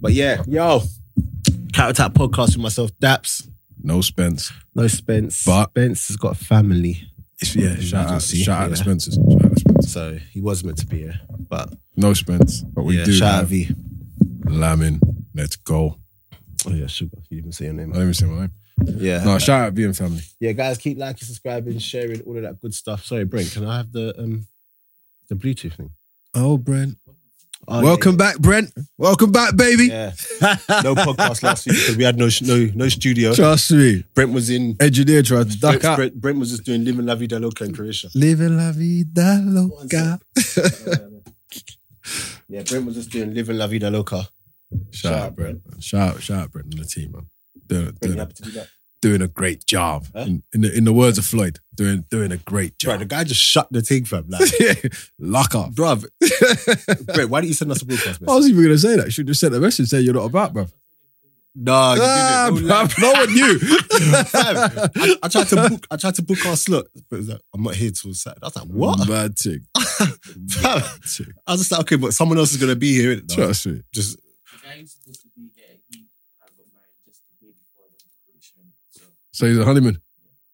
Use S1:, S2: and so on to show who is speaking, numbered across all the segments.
S1: But yeah, yo, Carrot Tap podcast with myself, Daps.
S2: No Spence.
S1: No Spence.
S2: But-
S1: Spence has got a family,
S2: It's- yeah, shout out,
S1: see.
S2: shout out
S1: Yeah.
S2: to Spencer's. Shout out to Spencer.
S1: so he was meant to be here. But
S2: No Spence, but we
S1: yeah,
S2: do
S1: shout out
S2: have
S1: V.
S2: Lamin. Let's go.
S1: Oh yeah, sugar. You didn't say your name.
S2: I didn't even say my name.
S1: Yeah.
S2: Oh, No, shout out VM family.
S1: Yeah, guys, keep liking, subscribing, sharing, all of that good stuff. Sorry, Brent, can I have the um the Bluetooth thing?
S2: Oh, Brent.
S1: Oh, yeah,
S2: Welcome
S1: yeah.
S2: back, Brent. Welcome back, baby.
S1: Yeah. no podcast last week because we had no no no studio.
S2: Trust me.
S1: Brent was in.
S2: Engineer tried to duck
S1: Brent,
S2: out.
S1: Brent, Brent was just doing living la vida loca in Croatia.
S2: Living la vida
S1: One yeah, Brent was just doing living la vida loca.
S2: Shout out, Brent. Shout out, shout out, Brent and the team, man. Doing,
S1: Brent,
S2: doing,
S1: you happy to do that?
S2: doing a great job.
S1: Huh?
S2: In, in, the, in the words of Floyd, doing doing a great
S1: Bro, the
S2: job.
S1: guy just shut the thing, fam. Like,
S2: Lock up.
S1: bruv,
S2: I
S1: Brent, why didn't you send us a broadcast message?
S2: was even gonna say that. You should have sent a message saying you're not about, bro.
S1: Nah, you
S2: Ah,
S1: didn't. Don't
S2: bruv, no one knew.
S1: lie. Fam, I, I tried to book. I tried to book our slot, but it was like, I'm not here till Saturday. I was like, what?
S2: Bad chick.
S1: Fam, I was just like, okay, but someone else is gonna be here. innit? No,
S2: Trust me.
S1: Just
S3: The guy who's supposed to be here, he I got married just the day before I went to Croatia. So
S2: So he's a honeymoon.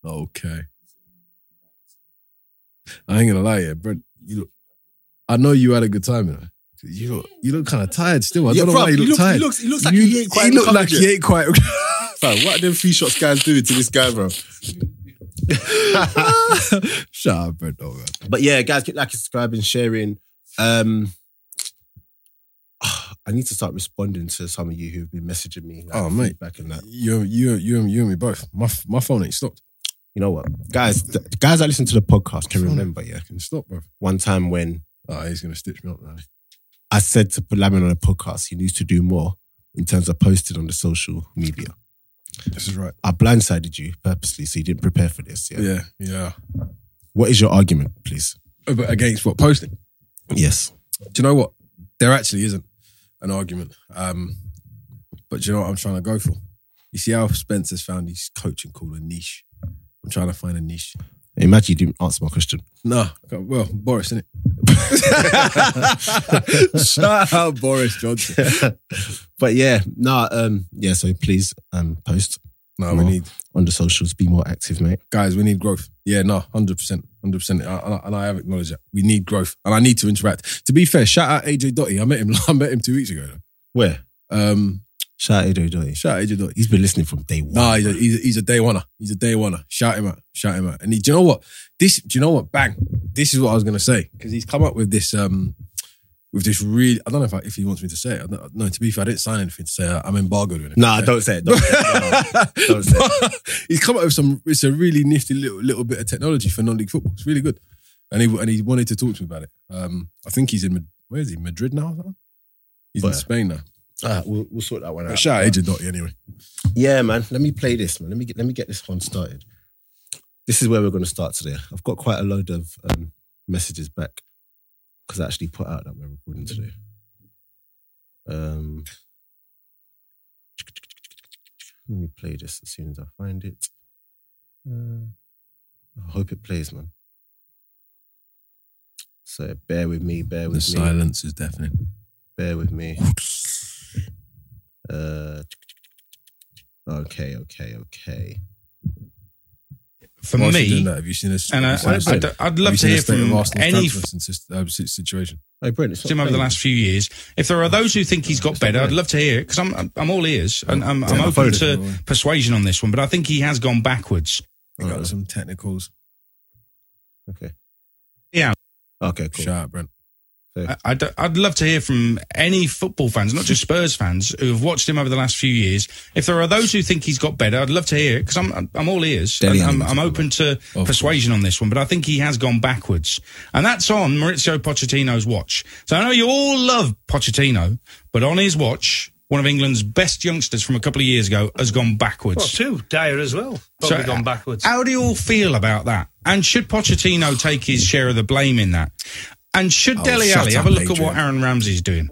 S2: Okay.
S3: he's in
S2: I ain't gonna lie, yeah, Brent. You look, I know you had a good time, you know. You look, you look kind of tired still. I
S1: yeah,
S2: don't know
S1: bruv,
S2: why you
S1: he
S2: look
S1: looks,
S2: tired.
S1: He looks, he looks like
S2: You-
S1: he ain't quite.
S2: he looked
S1: recovered
S2: like
S1: yet.
S2: he ain't quite.
S1: Fam, what are them three shots guys doing to this guy, bro?
S2: Shut up, Brent. Oh, man.
S1: But yeah, guys, keep liking, subscribing, sharing. Um, I need to start responding to some of you who've been messaging me. Like,
S2: Oh, mate.
S1: feedback and that.
S2: You, you, you, and- you and me both. My, f- my phone ain't stopped.
S1: You know what, guys? The guys that listen to the podcast can
S2: Fun.
S1: remember. Yeah,
S2: Can stop, bro.
S1: one time when
S2: Oh, he's gonna stitch me up now.
S1: I said to Lamin on the podcast, he needs to do more in terms of posting on the social media.
S2: This is right.
S1: I blindsided you purposely, so you didn't prepare for this. Yeah.
S2: Yeah, yeah. Uh,
S1: What is your argument, please?
S2: But against what posting?
S1: Yes.
S2: do you know what? There actually isn't an argument. Um, but do you know what I'm trying to go for? You see how Spencer's found his coaching called a niche. I'm trying to find a niche.
S1: Imagine you didn't answer my question.
S2: No, well, Boris, isn't it? Shout out Boris Johnson.
S1: but yeah, no, um, yeah. So please, um, post
S2: No, we
S1: Well.
S2: need
S1: on the socials. Be more active, mate.
S2: guys. We need growth. Yeah, no, hundred percent, hundred percent. And I have acknowledged that we need growth, and I need to interact. To be fair, shout out AJ Dotty. I met him. I met him two weeks ago.
S1: Where?
S2: Um,
S1: Shout out Edo Doi.
S2: shout out AJ Dotty.
S1: He's been listening from day one.
S2: Nah, he's a, he's, a, he's a day oneer. He's a day oneer. Shout him out. Shout him out. And he, do you know what? This, do you know what? Bang. This is what I was gonna say because he's come up with this, um, with this really. I don't know if I, if he wants me to say it. I don't, no, to be fair, I didn't sign anything to say. I, I'm embargoed with it.
S1: Nah, don't say it. Don't say it. don't say
S2: he's come up with some. It's a really nifty little little bit of technology for non-league football. It's really good, and he and he wanted to talk to me about it. Um, I think he's in Mad- where is he? Madrid now. He's in
S1: Where?
S2: Spain now.
S1: No. Alright, we'll, we'll sort that one out.
S2: But shout out Agent Dotti anyway.
S1: Yeah, man. Let me play this, man. Let me get let me get this one started. This is where we're going to start today. I've got quite a load of um, messages back because I actually put out that we're recording today. Um, let me play this as soon as I find it. Uh, I hope it plays, man. So bear with me, bear with me,
S2: is deafening.
S1: bear with me. Uh, okay, okay, okay.
S4: for
S2: Whilst you're
S4: me,
S2: doing that, have you seen this?
S4: and I,
S2: have you seen
S4: I,
S2: the state-
S4: I'd, I'd
S2: have
S4: love
S2: you
S4: to
S2: seen the
S4: hear
S2: state of
S4: from
S2: Arsenal's
S4: any
S2: transfer since this um, si- situation.
S1: Hey, Brent, it's not
S4: Jim over the
S1: playing.
S4: last few years. If there are those who think he's got better, I'd love to hear it because I'm, I'm I'm all ears and I'm, I'm
S2: Yeah, I
S4: open
S2: voted
S4: to
S2: for it.
S4: persuasion on this one. But I think he has gone backwards.
S2: We got
S1: Alright.
S2: some technicals.
S1: Okay.
S4: Yeah.
S1: Okay, cool.
S2: Shout out, Brent.
S4: I- I'd, I'd love to hear from any football fans, not just Spurs fans, who have watched him over the last few years. If there are those who think he's got better, I'd love to hear it because I'm, I'm- I'm all ears.
S1: Deli
S4: And I'm,
S1: Alli,
S4: I'm open to
S2: course.
S4: persuasion on this one, but I think he has gone backwards. And that's on Maurizio Pochettino's watch. So I know you all love Pochettino, but on his watch, one of England's best youngsters from a couple of years ago has gone backwards.
S5: Well, two Dyer as well. Probably
S4: So,
S5: gone backwards.
S4: How do you all feel about that? And should Pochettino take his share of the blame in that? And should Deli
S2: Oh, shut
S4: Ali
S2: up,
S4: have a look at
S2: Adrian.
S4: what Aaron Ramsey's doing?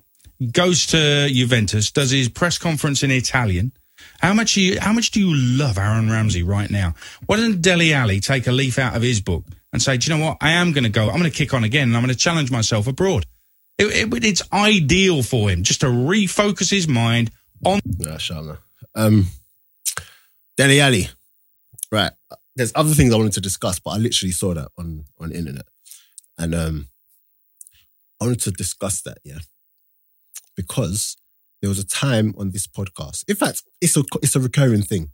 S4: Goes to Juventus, does his press conference in Italian. How much you, how much do you love Aaron Ramsey right now? Why doesn't Deli Ali take a leaf out of his book and say, "Do you know what? I am going to go. I'm going to kick on again, and I'm going to challenge myself abroad." It, it, it's ideal for him just to refocus his mind on.
S1: Nah, Sharma. Um, Deli Ali. Right. There's other things I wanted to discuss, but I literally saw that on on the internet, and um, I wanted to discuss that. Yeah, because there was a time on this podcast. In fact, it's a it's a recurring thing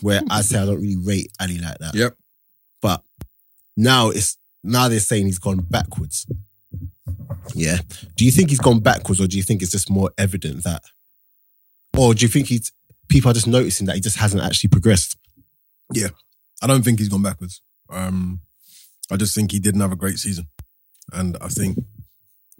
S1: where I say I don't really rate Ali like that.
S2: Yep.
S1: But now it's now they're saying he's gone backwards. Yeah. Do you think he's gone backwards, or do you think it's just more evident that, or do you think he's people are just noticing that he just hasn't actually progressed?
S2: I don't think he's gone backwards. Um, I just think he didn't have a great season, and I think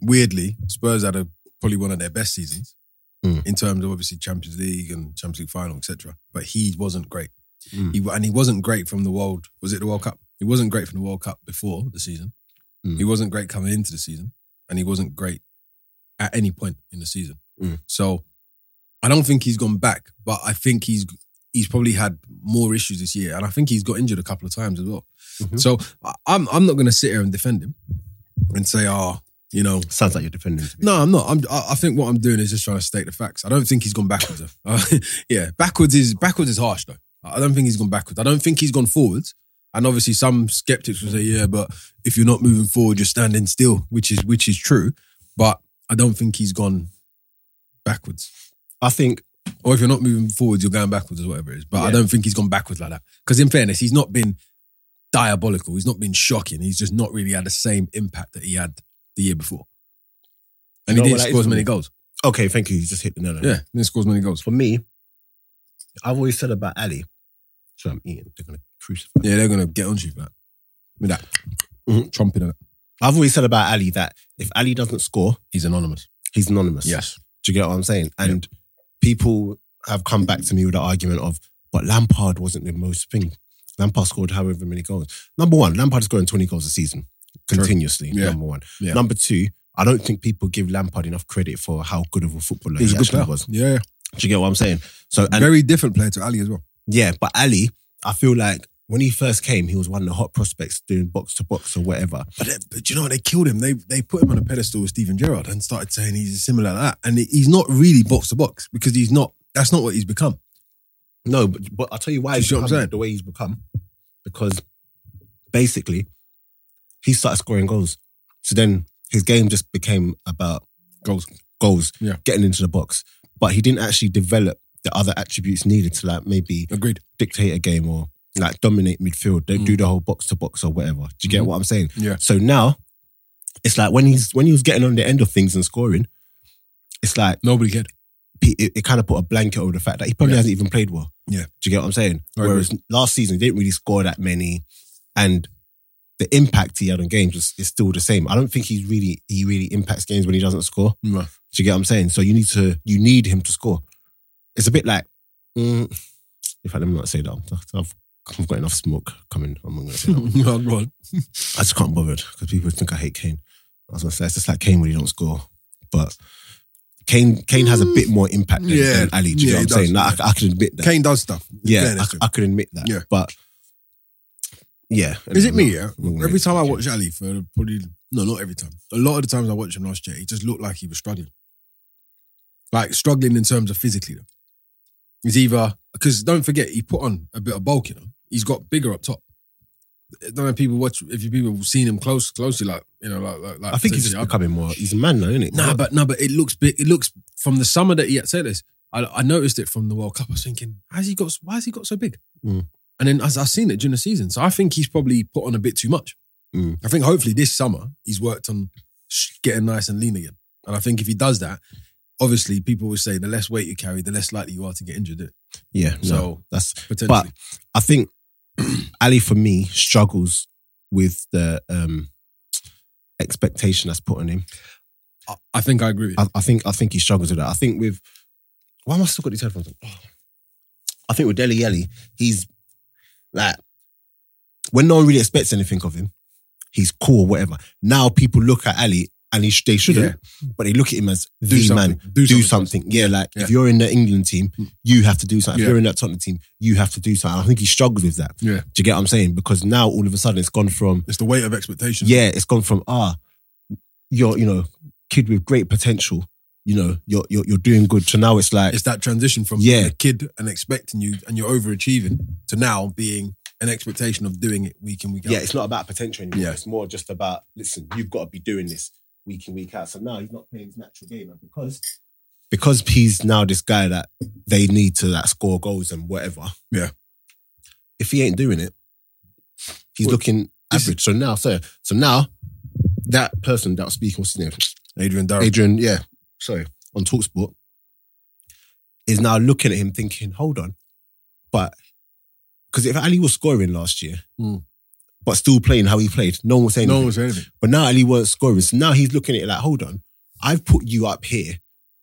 S2: weirdly Spurs had a, probably one of their best seasons
S1: Mm.
S2: in terms of obviously Champions League and Champions League final, etc. But he wasn't great.
S1: Mm.
S2: He and he wasn't great from the World. Was it the World Cup? He wasn't great from the World Cup before the season.
S1: Mm.
S2: He wasn't great coming into the season, and he wasn't great at any point in the season.
S1: Mm.
S2: So I don't think he's gone back, but I think he's he's probably had more issues this year, and I think he's got injured a couple of times as well.
S1: Mhm.
S2: So I- I'm I'm not going to sit here and defend him and say, oh, you know,
S1: Sounds like you're defending. to me.
S2: no, I'm not. I'm, I I think what I'm doing is just trying to state the facts. I don't think he's gone backwards. Uh, yeah, backwards is backwards is harsh though. I don't think he's gone backwards. I don't think he's gone forwards. And obviously, some skeptics will say, "Yeah, but if you're not moving forward, you're standing still," which is which is true. But I don't think he's gone backwards.
S1: I think
S2: Or if you're not moving forwards, you're going backwards or whatever it is. But I
S1: Yeah.
S2: don't think he's gone backwards like that. Because in fairness, he's not been diabolical. He's not been shocking. He's just not really had the same impact that he had the year before. And
S1: You know
S2: he
S1: what
S2: didn't
S1: that is
S2: score as
S1: for
S2: many
S1: me?
S2: goals.
S1: okay, thank you. You just hit the nail. on the
S2: Yeah, didn't score as many goals.
S1: For me, I've always said about Ali. So I'm eating. They're gonna crucify. me.
S2: Yeah, they're gonna get onto you for that. With that
S1: Mhm.
S2: trumping, it.
S1: I've always said about Ali that if Ali doesn't score,
S2: he's anonymous.
S1: he's anonymous.
S2: Yes,
S1: Do you get what I'm saying? And people have come back to me with the argument of, but Lampard wasn't the most thing. Lampard scored however many goals. Number one, Lampard's scoring 20 goals a season
S2: True.
S1: continuously.
S2: Yeah.
S1: Number one.
S2: Yeah.
S1: Number two, I don't think people give Lampard enough credit for how good of a footballer
S2: he's
S1: he
S2: a good
S1: actually
S2: player.
S1: was.
S2: Yeah,
S1: Do you get what I'm saying? So, and
S2: very different player to Ali as well.
S1: yeah, but Ali, I feel like when he first came, he was one of the hot prospects doing box to box or whatever.
S2: But, they- but you know what? They killed him. They they put him on a pedestal with Steven Gerrard and started saying he's similar to that. And he- he's not really box to box because he's not. That's not what he's become.
S1: No, but, but I'll tell you why
S2: Do you
S1: he's
S2: see what I'm
S1: become
S2: saying?
S1: the way he's become. Because basically, he started scoring goals. So then his game just became about
S2: Goals.
S1: goals,
S2: Yeah.
S1: getting into the box. But he didn't actually develop the other attributes needed to like maybe
S2: Agreed.
S1: dictate a game or like dominate midfield. Don't do the whole box to box or whatever. Do you get
S2: Mhm.
S1: what I'm saying?
S2: Mm. Yeah.
S1: So now it's like when he's when he was getting on the end of things and scoring, it's like
S2: Nobody cared.
S1: he- it, it kind of put a blanket over the fact that he probably
S2: Yeah.
S1: hasn't even played well.
S2: Yeah.
S1: Do you get what I'm saying?
S2: I agree.
S1: Whereas last season, he didn't really score that many. And the impact he had on games is, is still the same. I don't think he's really, he really impacts games when he doesn't score.
S2: No.
S1: Do you get what I'm saying? So you need to, you need him to score. It's a bit like, mm, in fact, let me not say that. I've, I've got enough smoke coming. I'm not going to say that.
S2: Well, go on.
S1: I just can't bother because people think I hate Kane. I was gonna say it's just like Kane when he don't score, but Kane Kane has a bit more impact than,
S2: Mm. Yeah.
S1: than Ali. Do you
S2: Yeah,
S1: know
S2: he
S1: what I'm saying?
S2: does,
S1: Like, I, I can admit that.
S2: Kane does stuff. in
S1: yeah,
S2: fairness to him.
S1: I, I could admit that.
S2: Yeah.
S1: but yeah,
S2: Is it me?
S1: No,
S2: Yeah.
S1: I'm not gonna
S2: Every
S1: hate
S2: time I
S1: Kane.
S2: watch Ali for probably no, not every time. A lot of the times I watched him last year, he just looked like he was struggling, like struggling in terms of physically. Though. He's either because don't forget he put on a bit of bulk. You know, he's got bigger up top. I don't know if people watch if you people have seen him close closely, like you know, like like, like
S1: I think he's just
S2: potentially-
S1: becoming more. He's a man now, isn't it?
S2: Nah, but no, but it looks big. It looks from the summer that he had said this. I, I noticed it from the World Cup. I was thinking, how's he got? Why has he got so big?
S1: Mm.
S2: And then as I've seen it during the season, so I think he's probably put on a bit too much.
S1: Mm.
S2: I think hopefully this summer he's worked on sh- getting nice and lean again. And I think if he does that, obviously people will say the less weight you carry, the less likely you are to get injured. innit?
S1: yeah, no,
S2: So
S1: that's
S2: potentially,
S1: I think Ali for me struggles with the um expectation that's put on him.
S2: I, I think I agree. With you.
S1: I, I think I think he struggles with that. I think with why am I still got these headphones on? Oh. I think with Deli Yelly, he's like when no one really expects anything of him, he's cool, whatever. Now people look at Ali and he, sh- they shouldn't, but they look at him as
S2: do
S1: the
S2: something.
S1: man.
S2: do,
S1: Do
S2: something.
S1: something. Yeah, like
S2: Yeah. Hmm.
S1: if you're in the England team, you have to do something. If
S2: Yeah.
S1: you're in that Tottenham team, you have to do something. I think he struggles with that.
S2: Yeah.
S1: Do you get what I'm saying? Because now all of a sudden it's gone from
S2: It's the weight of expectation.
S1: yeah, it's gone from ah, you're you know kid with great potential. You know, you're you're, you're doing good. So now it's like
S2: It's that transition from
S1: Yeah.
S2: being a kid and expecting you and you're overachieving to now being an expectation of doing it week in, week out.
S1: yeah, it's not about potential anymore.
S2: Yeah.
S1: It's more just about listen, you've got to be doing this week in week out. So now he's not playing his natural game, and because because he's now this guy that they need to like score goals and whatever.
S2: Yeah.
S1: If he ain't doing it, he's
S2: Well,
S1: looking
S2: this-
S1: average. So now, so so now that person that was speaking, what's his name?
S2: Adrian Darrow.
S1: Adrian, yeah, sorry, on Talksport, is now looking at him thinking, hold on. But because if Ali was scoring last year,
S2: Mm.
S1: but still playing how he played, no one was saying
S2: no
S1: anything.
S2: one was saying anything.
S1: But now Ali weren't scoring. So now he's looking at it like, hold on, I've put you up here.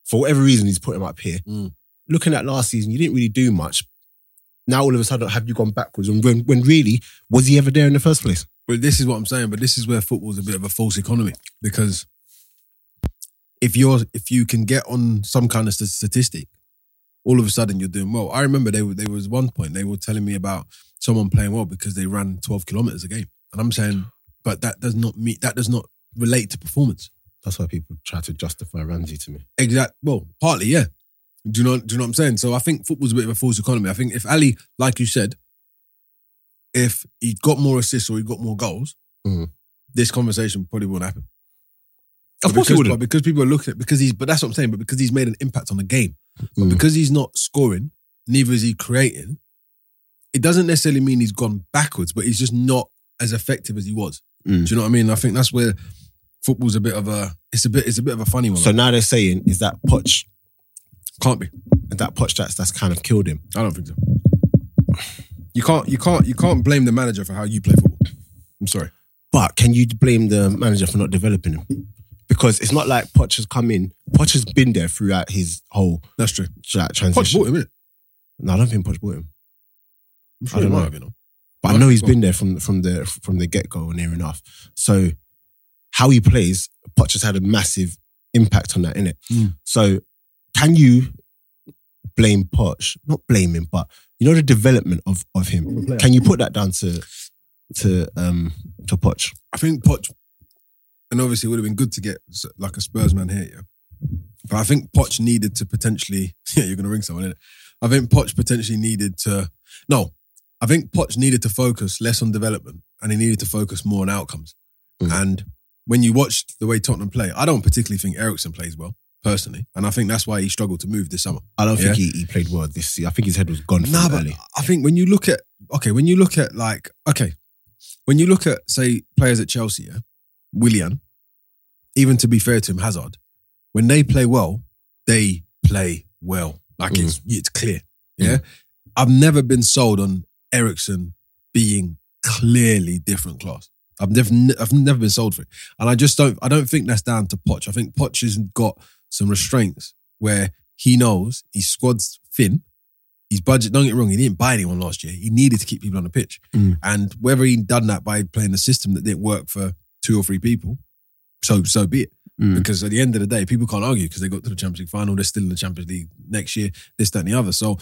S1: For whatever reason, he's put him up here.
S2: Mm.
S1: Looking at last season, you didn't really do much. Now all of a sudden, have you gone backwards? And when, when really, was he ever there in the first place?
S2: But this is what I'm saying. But this is where football's a bit of a false economy because if you're if you can get on some kind of st- statistic, all of a sudden you're doing well. I remember they were there was one point they were telling me about someone playing well because they ran 12 kilometers a game, and I'm saying, but that does not meet that does not relate to performance.
S1: That's why people try to justify Ramsey to me.
S2: Exact. Well, partly, yeah. Do you know? Do you know what I'm saying? So I think football's a bit of a false economy. I think if Ali, like you said, if he got more assists or he got more goals,
S1: Mhm.
S2: this conversation probably wouldn't happen.
S1: Of
S2: But
S1: course he
S2: because-
S1: wouldn't.
S2: but because people are looking at because he's. But that's what I'm saying. But because he's made an impact on the game, but
S1: Mm.
S2: because he's not scoring, neither is he creating. It doesn't necessarily mean he's gone backwards, but he's just not as effective as he was.
S1: Mm.
S2: Do you know what I mean? I think that's where football's a bit of a. It's a bit. It's a bit of a funny one.
S1: So now they're saying is that Poch
S2: can't be.
S1: that Poch that's that's kind of killed him.
S2: I don't think so. You can't, you can't, you can't blame the manager for how you play football. I'm sorry.
S1: But can you blame the manager for not developing him? Because it's not like Poch has come in. Poch has been there throughout his whole
S2: That's true.
S1: tra-
S2: Poch
S1: transition.
S2: bought him, innit?
S1: No, I don't think Poch bought him.
S2: I'm
S1: I
S2: sure he
S1: don't know.
S2: might have, you know.
S1: But I
S2: Right,
S1: know he's
S2: well-
S1: been there from from the from the get go near enough. So how he plays, Poch has had a massive impact on that, innit?
S2: Mm.
S1: So can you blame Poch? Not blame him, but you know the development of of him. Can you put that down to to um to Poch?
S2: I think Poch, and obviously it would have been good to get s- like a Spurs man here, yeah. But I think Poch needed to potentially, yeah, you're going to ring someone in it. I think Poch potentially needed to, no, I think Poch needed to focus less on development and he needed to focus more on outcomes.
S1: Mm.
S2: And when you watch the way Tottenham play, I don't particularly think Ericsson plays well personally, and I think that's why he struggled to move this summer.
S1: I don't
S2: Yeah.
S1: think he, he played well this year. I think his head was gone from
S2: No, but
S1: early.
S2: I think when you look at okay, when you look at like okay, when you look at say players at Chelsea, yeah, Willian, even to be fair to him, Hazard, when they play well, they play well. Like it's it's clear. Yeah, I've never been sold on Ericsson being clearly different class. I've never I've never been sold for it, and I just don't I don't think that's down to Poch. I think Poch has got some restraints where he knows his squad's thin. His budget, don't get me wrong, he didn't buy anyone last year. He needed to keep people on the pitch.
S1: Mm.
S2: And whether he'd done that by playing a system that didn't work for two or three people, so so be it.
S1: Mm.
S2: Because at the end of the day, people can't argue because they got to the Champions League final, they're still in the Champions League next year, this, that, and the other. So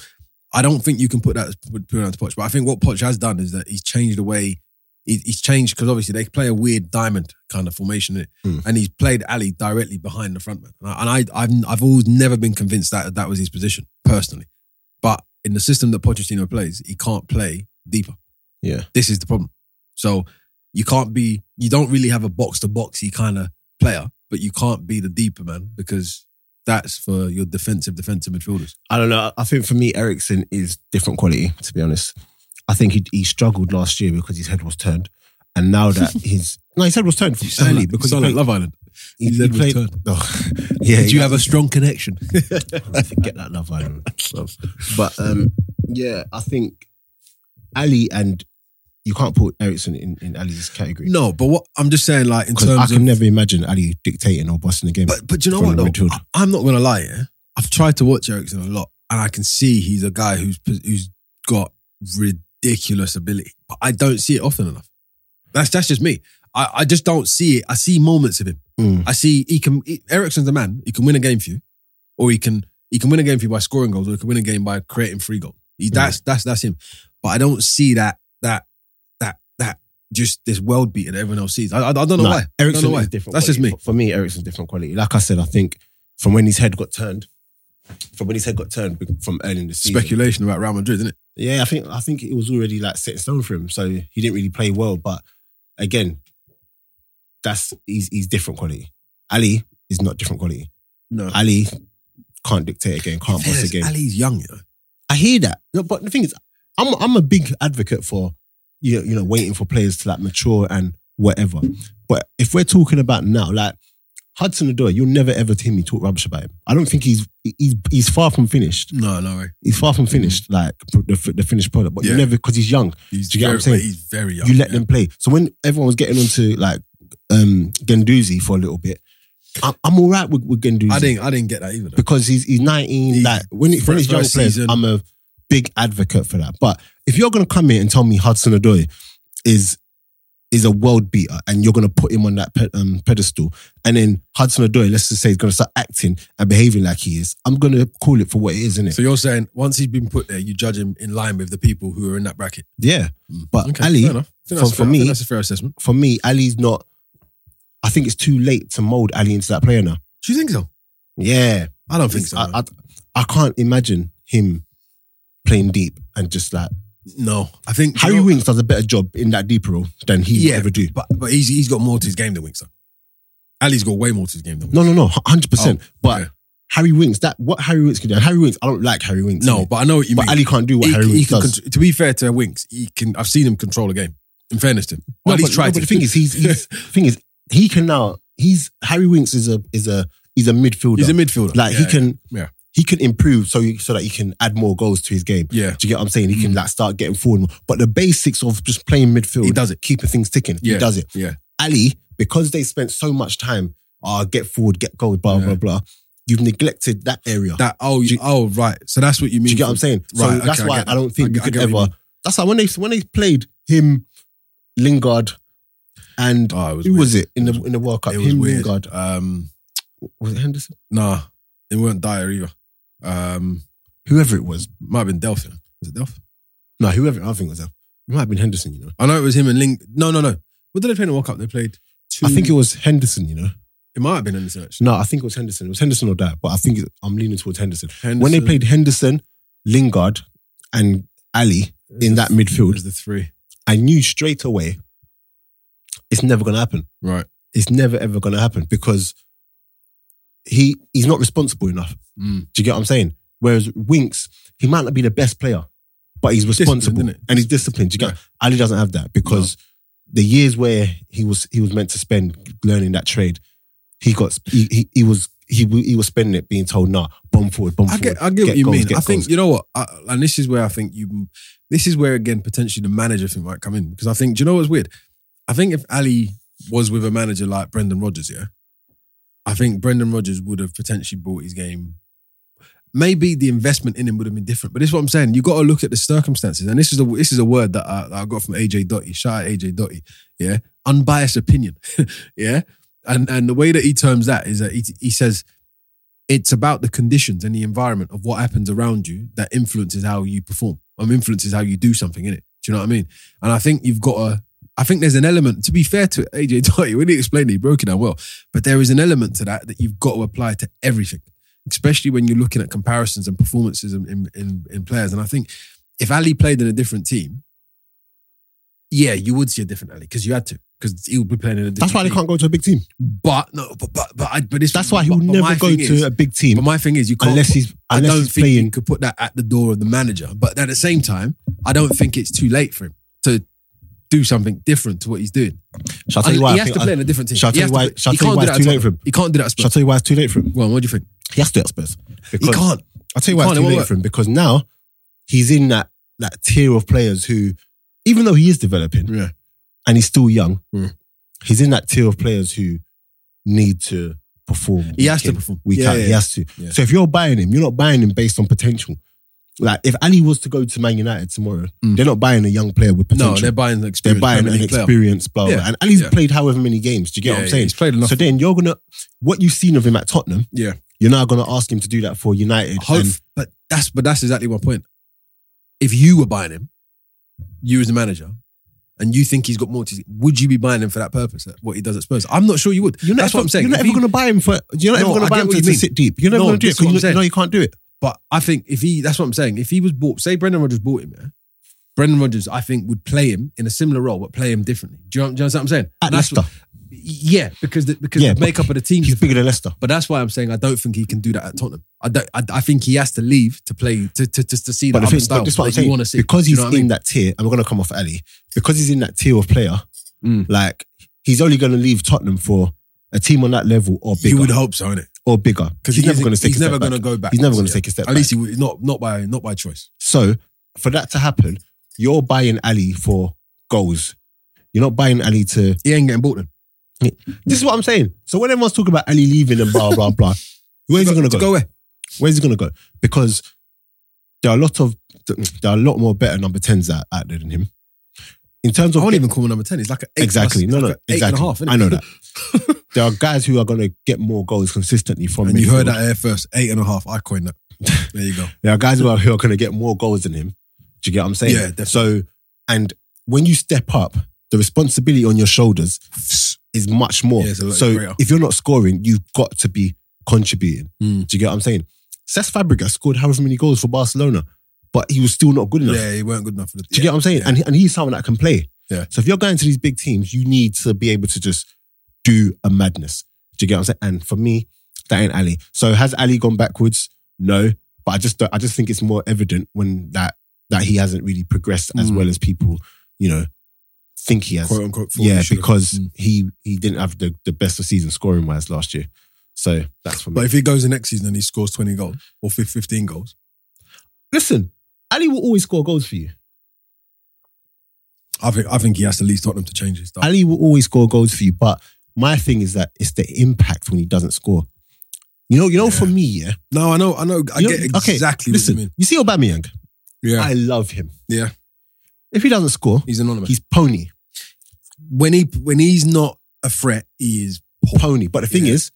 S2: I don't think you can put that put put it onto Poch. But I think what Poch has done is that he's changed the way he, he's changed because obviously they play a weird diamond kind of formation, innit?
S1: Mm.
S2: and he's played Ali directly behind the front man. And I, and I I've I've always never been convinced that that was his position personally. But in the system that Pochettino plays, he can't play deeper.
S1: Yeah.
S2: this is the problem. So you can't be you don't really have a box to boxy kind of player, but you can't be the deeper man because that's for your defensive defensive midfielders.
S1: I don't know. I think for me, Ericsson is different quality, to be honest. I think he, he struggled last year because his head was turned. And now that his no, his head was turned from early because he
S2: Sound like
S1: played,
S2: Love Island.
S1: he,
S2: his
S1: he
S2: head was
S1: played
S2: turned.
S1: No. yeah,
S2: Did you have a strong connection?
S1: I forget that Love Island. But um, yeah, I think Ali and you can't put Ericsson in, in Ali's category.
S2: No, but what I'm just saying, like in
S1: because I
S2: terms
S1: can
S2: of,
S1: never imagine Ali dictating or busting the game.
S2: but but you know
S1: from
S2: what
S1: the
S2: though,
S1: midfield.
S2: I- I'm not gonna lie. Yeah? I've tried to watch Ericsson a lot, and I can see he's a guy who's who's got ridiculous ability, but I don't see it often enough. That's that's just me. I, I just don't see it. I see moments of him.
S1: Mm.
S2: I see he can. He, Ericsson's a man. He can win a game for you, or he can he can win a game for you by scoring goals, or he can win a game by
S1: Mm.
S2: creating free goals. He, that's that's that's him. But I don't see that that that that just this world beater that everyone else sees. I, I, I don't know
S1: Nah,
S2: why. I don't
S1: Ericsson
S2: know why.
S1: is different.
S2: That's just
S1: quality.
S2: me.
S1: For, for me, Ericsson's different quality. Like I said, I think from when his head got turned, from when his head got turned be- from early in the season.
S2: Speculation about Real Madrid, isn't it?
S1: Yeah, I think I think it was already like set in stone for him. So he didn't really play well. But again, that's he's he's different quality. Ali is not different quality.
S2: No.
S1: Ali can't dictate again, can't boss
S2: Yes,
S1: again.
S2: Ali's young, you know.
S1: I hear that. No, but the thing is, I'm I'm a big advocate for you know, you know waiting for players to like mature and whatever. But if we're talking about now, like Hudson Odoi, you'll never ever hear me talk rubbish about him. I don't think he's he's he's far from finished.
S2: No, no way.
S1: He's far from finished, like the, the finished product. But you
S2: Mm-hmm. Yeah.
S1: never because he's young.
S2: He's
S1: Do you get what I'm
S2: very-
S1: saying?
S2: He's very young.
S1: You let
S2: yeah.
S1: them play. So when everyone was getting onto like um Genduzi for a little bit, I'm, I'm all right with, with Genduzi
S2: I didn't. I didn't get that either. though.
S1: because he's he's 19.
S2: He's-
S1: like when it, when it's
S2: first
S1: young players,
S2: season.
S1: I'm a big advocate for that. But if you're gonna come here and tell me Hudson Odoi is is a world beater and you're gonna put him on that pe- um, pedestal, and then Hudson Odoi, let's just say, is gonna start acting and behaving like he is, I'm gonna call it for what it is, innit?
S2: So you're saying once he's been put there, you judge him in line with the people who are in that bracket.
S1: yeah. But Ali,
S2: fair enough. I think
S1: for-
S2: that's
S1: for
S2: fair. I
S1: me-
S2: think that's a fair assessment.
S1: for me, Ali's not. I think it's too late to mold Ali into that player now.
S2: Do you think so?
S1: Yeah,
S2: I don't think so.
S1: I,
S2: man.
S1: I, I can't imagine him playing deep and just like
S2: no, I think
S1: Harry
S2: you know-
S1: Winks does a better job in that deep role than he
S2: Yeah,
S1: will ever do.
S2: But but he's he's got more to his game than Winks. though. Ali's got way more to his game than Winks.
S1: No, no, no, hundred percent.
S2: Oh,
S1: But
S2: okay.
S1: Harry Winks, that what Harry Winks can do. and Harry Winks, I don't like Harry Winks.
S2: No,
S1: innit?
S2: but I know what you
S1: but,
S2: mean.
S1: Ali can't do what
S2: He-
S1: Harry
S2: he
S1: Winks
S2: can
S1: does.
S2: contr- to be fair to Winks, he can. I've seen him control a game. In fairness to him,
S1: No,
S2: well, he's
S1: but,
S2: tried.
S1: no,
S2: to.
S1: but the thing is, he's, he's thing is he can now. He's Harry Winks is a is a he's a midfielder.
S2: he's a midfielder.
S1: like he
S2: Yeah,
S1: can
S2: yeah.
S1: he can improve so you, so that he can add more goals to his game.
S2: Yeah,
S1: Do you get what I'm saying? He can like start getting forward, more. but the basics of just playing midfield,
S2: Mm. He does it.
S1: keeping things ticking.
S2: Yeah.
S1: He does it.
S2: Yeah.
S1: Ali, because they spent so much time, uh, get forward, get goal, blah blah
S2: Yeah.
S1: blah. You've neglected that area.
S2: that. Oh, you, oh, right. So that's what you mean.
S1: Do you get
S2: for-
S1: what I'm saying? so
S2: Right,
S1: that's
S2: okay, I
S1: why
S2: get
S1: I,
S2: that.
S1: don't think
S2: I
S1: we
S2: get- I
S1: could
S2: get what you
S1: ever. That's like when they when they played him, Lingard, and
S2: Oh, it was
S1: who
S2: weird.
S1: was it in
S2: It
S1: the
S2: was-
S1: in the World Cup?
S2: It was
S1: Him,
S2: weird.
S1: Lingard,
S2: Um,
S1: was it Henderson?
S2: nah, it weren't Dyer either. Um,
S1: Whoever it was,
S2: might have been Delph. you know. Was it Delph?
S1: no, whoever I don't think it was him. It might have been Henderson. You know,
S2: I know it was him and Ling. No, no, no. What did they play in the World Cup? They played two.
S1: I think it was Henderson. You know,
S2: it might have been in this match.
S1: no, I think it was Henderson. It was Henderson or that, but I think it, I'm leaning towards Henderson.
S2: Henderson,
S1: When they played Henderson, Lingard, and Ali in that
S2: it
S1: midfield,
S2: was the three.
S1: I knew straight away it's never going to happen.
S2: Right.
S1: it's never ever going to happen because he he's not responsible enough.
S2: Mm.
S1: Do you get what I'm saying? Whereas Winks, he might not be the best player, but he's responsible
S2: Disciplined, innit?
S1: and he's disciplined. Do you get?
S2: Yeah.
S1: Ali doesn't have that because the years where he was he was meant to spend learning that trade, he got he he, he was he w- he was spending it being told nah bomb forward bomb
S2: I
S1: forward.
S2: get, I get, what
S1: Get
S2: you
S1: goals,
S2: mean. I
S1: get
S2: think
S1: goals.
S2: you know what, I, and this is where I think you, this is where again potentially the manager thing might come in because I think do you know what's weird? I think if Ali was with a manager like Brendan Rodgers, yeah, I think Brendan Rodgers would have potentially brought his game. Maybe the investment in him would have been different, but this is what I'm saying. You got to look at the circumstances, and this is a this is a word that I, that I got from AJ Dotty. Shout out AJ Dotty. Yeah, unbiased opinion. yeah, and and the way that he terms that is that he, he says it's about the conditions and the environment of what happens around you that influences how you perform um, influences how you do something in it do you know what i mean and i think you've got to i think there's an element to be fair to aj Totti, when he explained it he broke it down well but there is an element to that that you've got to apply to everything especially when you're looking at comparisons and performances in, in, in, in players and i think if ali played in a different team yeah you would see a different ali because you had to because he would be playing in a different
S1: That's why they
S2: team.
S1: can't go to a big team.
S2: but no but but but, I, but it's,
S1: That's why he
S2: but-
S1: will
S2: but my
S1: never go
S2: thing
S1: to
S2: is-
S1: a big team
S2: but my thing is, you can't.
S1: unless he's
S2: I
S1: unless
S2: don't
S1: he's
S2: think you
S1: playing.
S2: could put that at the door of the manager. But at the same time, I don't think it's too late for him to do something different to what he's doing.
S1: Shall I tell you why?
S2: he
S1: I
S2: has
S1: think
S2: to
S1: I-
S2: play in a different team.
S1: Shall I
S2: He
S1: tell
S2: has
S1: you
S2: to
S1: why?
S2: play-
S1: Shall I
S2: he
S1: tell you
S2: can't
S1: why
S2: do
S1: it's
S2: that
S1: too
S2: at
S1: late for him?
S2: Tottenham. He can't do that at
S1: Shall I
S2: Spurs.
S1: tell you why it's too late for him?
S2: Well, what do you think?
S1: He has to do it at Spurs.
S2: He
S1: Because
S2: can't.
S1: I'll tell you why
S2: He
S1: it's
S2: can't,
S1: too
S2: it won't
S1: late
S2: work.
S1: for him because now he's in that that tier of players who, even though he is developing
S2: Yeah.
S1: and he's still young,
S2: Mm.
S1: he's in that tier of players who need to perform.
S2: He has
S1: week
S2: to
S1: in,
S2: perform.
S1: Week
S2: Yeah,
S1: out,
S2: yeah,
S1: he
S2: yeah.
S1: has to.
S2: Yeah.
S1: So if you're buying him, you're not buying him based on potential. Like if Ali was to go to Man United tomorrow,
S2: Mm.
S1: they're not buying a young player with potential.
S2: No, they're buying the
S1: Hmm. They're
S2: experience.
S1: buying
S2: Premier
S1: an
S2: League player.
S1: experience, blah, blah.
S2: Yeah.
S1: And Ali's
S2: Yeah.
S1: played however many games. Do you get
S2: Yeah,
S1: what I'm
S2: yeah,
S1: saying?
S2: He's played enough.
S1: So then you're gonna what you've seen of him at Tottenham.
S2: Yeah.
S1: you're now gonna ask him to do that for United.
S2: Hope,
S1: and-
S2: but that's but that's exactly my point. If you were buying him, you as the manager, and you think he's got more to would you be buying him for that purpose, what he does at Spurs? I'm not sure you would.
S1: You're not
S2: That's
S1: ever,
S2: what I'm saying.
S1: You're not
S2: If
S1: ever
S2: he-
S1: going to buy him for. You're not ever
S2: No, I
S1: going to buy
S2: get
S1: him
S2: what
S1: to,
S2: you
S1: to
S2: mean.
S1: sit deep. You're never
S2: No,
S1: going to do it
S2: this is what I'm
S1: because you,
S2: saying.
S1: know you can't do it.
S2: But I think if he, that's what I'm saying. If he was bought, say Brendan Rodgers bought him, yeah, Brendan Rodgers, I think would play him in a similar role, but play him differently. Do you, know- do you understand what I'm saying?
S1: At
S2: That's
S1: Leicester,
S2: what- yeah, because the, because
S1: Yeah,
S2: the
S1: but
S2: makeup of the team.
S1: he's bigger than Leicester.
S2: But that's why I'm saying I don't think he can do that at Tottenham. I don't. I, I think he has to leave to play to to just to see
S1: But
S2: the
S1: the
S2: other
S1: thing,
S2: style
S1: but this is what I'm
S2: that you
S1: saying.
S2: want to see
S1: Because
S2: Do you
S1: he's
S2: know
S1: in
S2: what I mean?
S1: that tier, and we're going to come off Ali. Because he's in that tier of player,
S2: Mm.
S1: like he's only going to leave Tottenham for a team on that level or bigger
S2: You would hope so, innit?
S1: or bigger because he's
S2: He
S1: never
S2: isn't-
S1: going to take.
S2: He's
S1: a step
S2: never
S1: back.
S2: going to go back.
S1: He's never going to
S2: Yeah.
S1: take a step.
S2: At
S1: back.
S2: least he would, not not by not by choice.
S1: So for that to happen, you're buying Ali for goals. You're not buying Ali to.
S2: He ain't getting bought then.
S1: This is what I'm saying. So when everyone's talking about Ali leaving and blah blah blah, where's he going to
S2: to
S1: go?
S2: go where?
S1: Where's he going to go? Because there are a lot of there are a lot more better number tens out, out there than him. In terms
S2: I
S1: of
S2: won't even call him number ten. He's like an eight
S1: exactly,
S2: plus-
S1: no, no,
S2: like an eight and
S1: exactly.
S2: a half, innit?
S1: I know that there are guys who are going to get more goals consistently from.
S2: And you
S1: midfield.
S2: heard that air first, eight and a half. I coined that. There you go.
S1: There are guys who are, who are going to get more goals than him. Do you get what I'm saying?
S2: Yeah, definitely.
S1: So, and when you step up, the responsibility on your shoulders is much more.
S2: Yeah, it's a lot
S1: so,
S2: greater.
S1: if you're not scoring, you've got to be contributing.
S2: Mm.
S1: Do you get what I'm saying? Cesc Fabregas scored however many goals for Barcelona, but he was still not good enough.
S2: Yeah, he weren't good enough for the
S1: Do you get what I'm saying?
S2: Yeah.
S1: And, and he's someone that can play.
S2: Yeah.
S1: So if you're going to these big teams, you need to be able to just do a madness. Do you get what I'm saying? And for me, that ain't Ali. So has Ali gone backwards? No, but I just don't, I just think it's more evident when that that he hasn't really progressed as
S2: Mm.
S1: well as people you know think he has.
S2: quote unquote. form
S1: yeah,
S2: he should have.
S1: because
S2: Mm.
S1: he he didn't have the, the best of season scoring wise last year. So that's for me.
S2: But if he goes in next season and he scores twenty goals or fif- fifteen goals,
S1: listen, Ali will always score goals for you.
S2: I think I think he has to leave Tottenham to change his style.
S1: Ali will always score goals for you, but my thing is that it's the impact when he doesn't score. You know, you know,
S2: Yeah.
S1: for me, yeah.
S2: No, I know, I know, I
S1: You know-
S2: get
S1: okay,
S2: exactly
S1: listen,
S2: what you mean.
S1: see Aubameyang.
S2: Yeah,
S1: I love him.
S2: Yeah.
S1: If he doesn't score,
S2: he's anonymous.
S1: he's pony,
S2: when he when he's not a threat, he is
S1: pony. But the thing
S2: Yeah.
S1: is,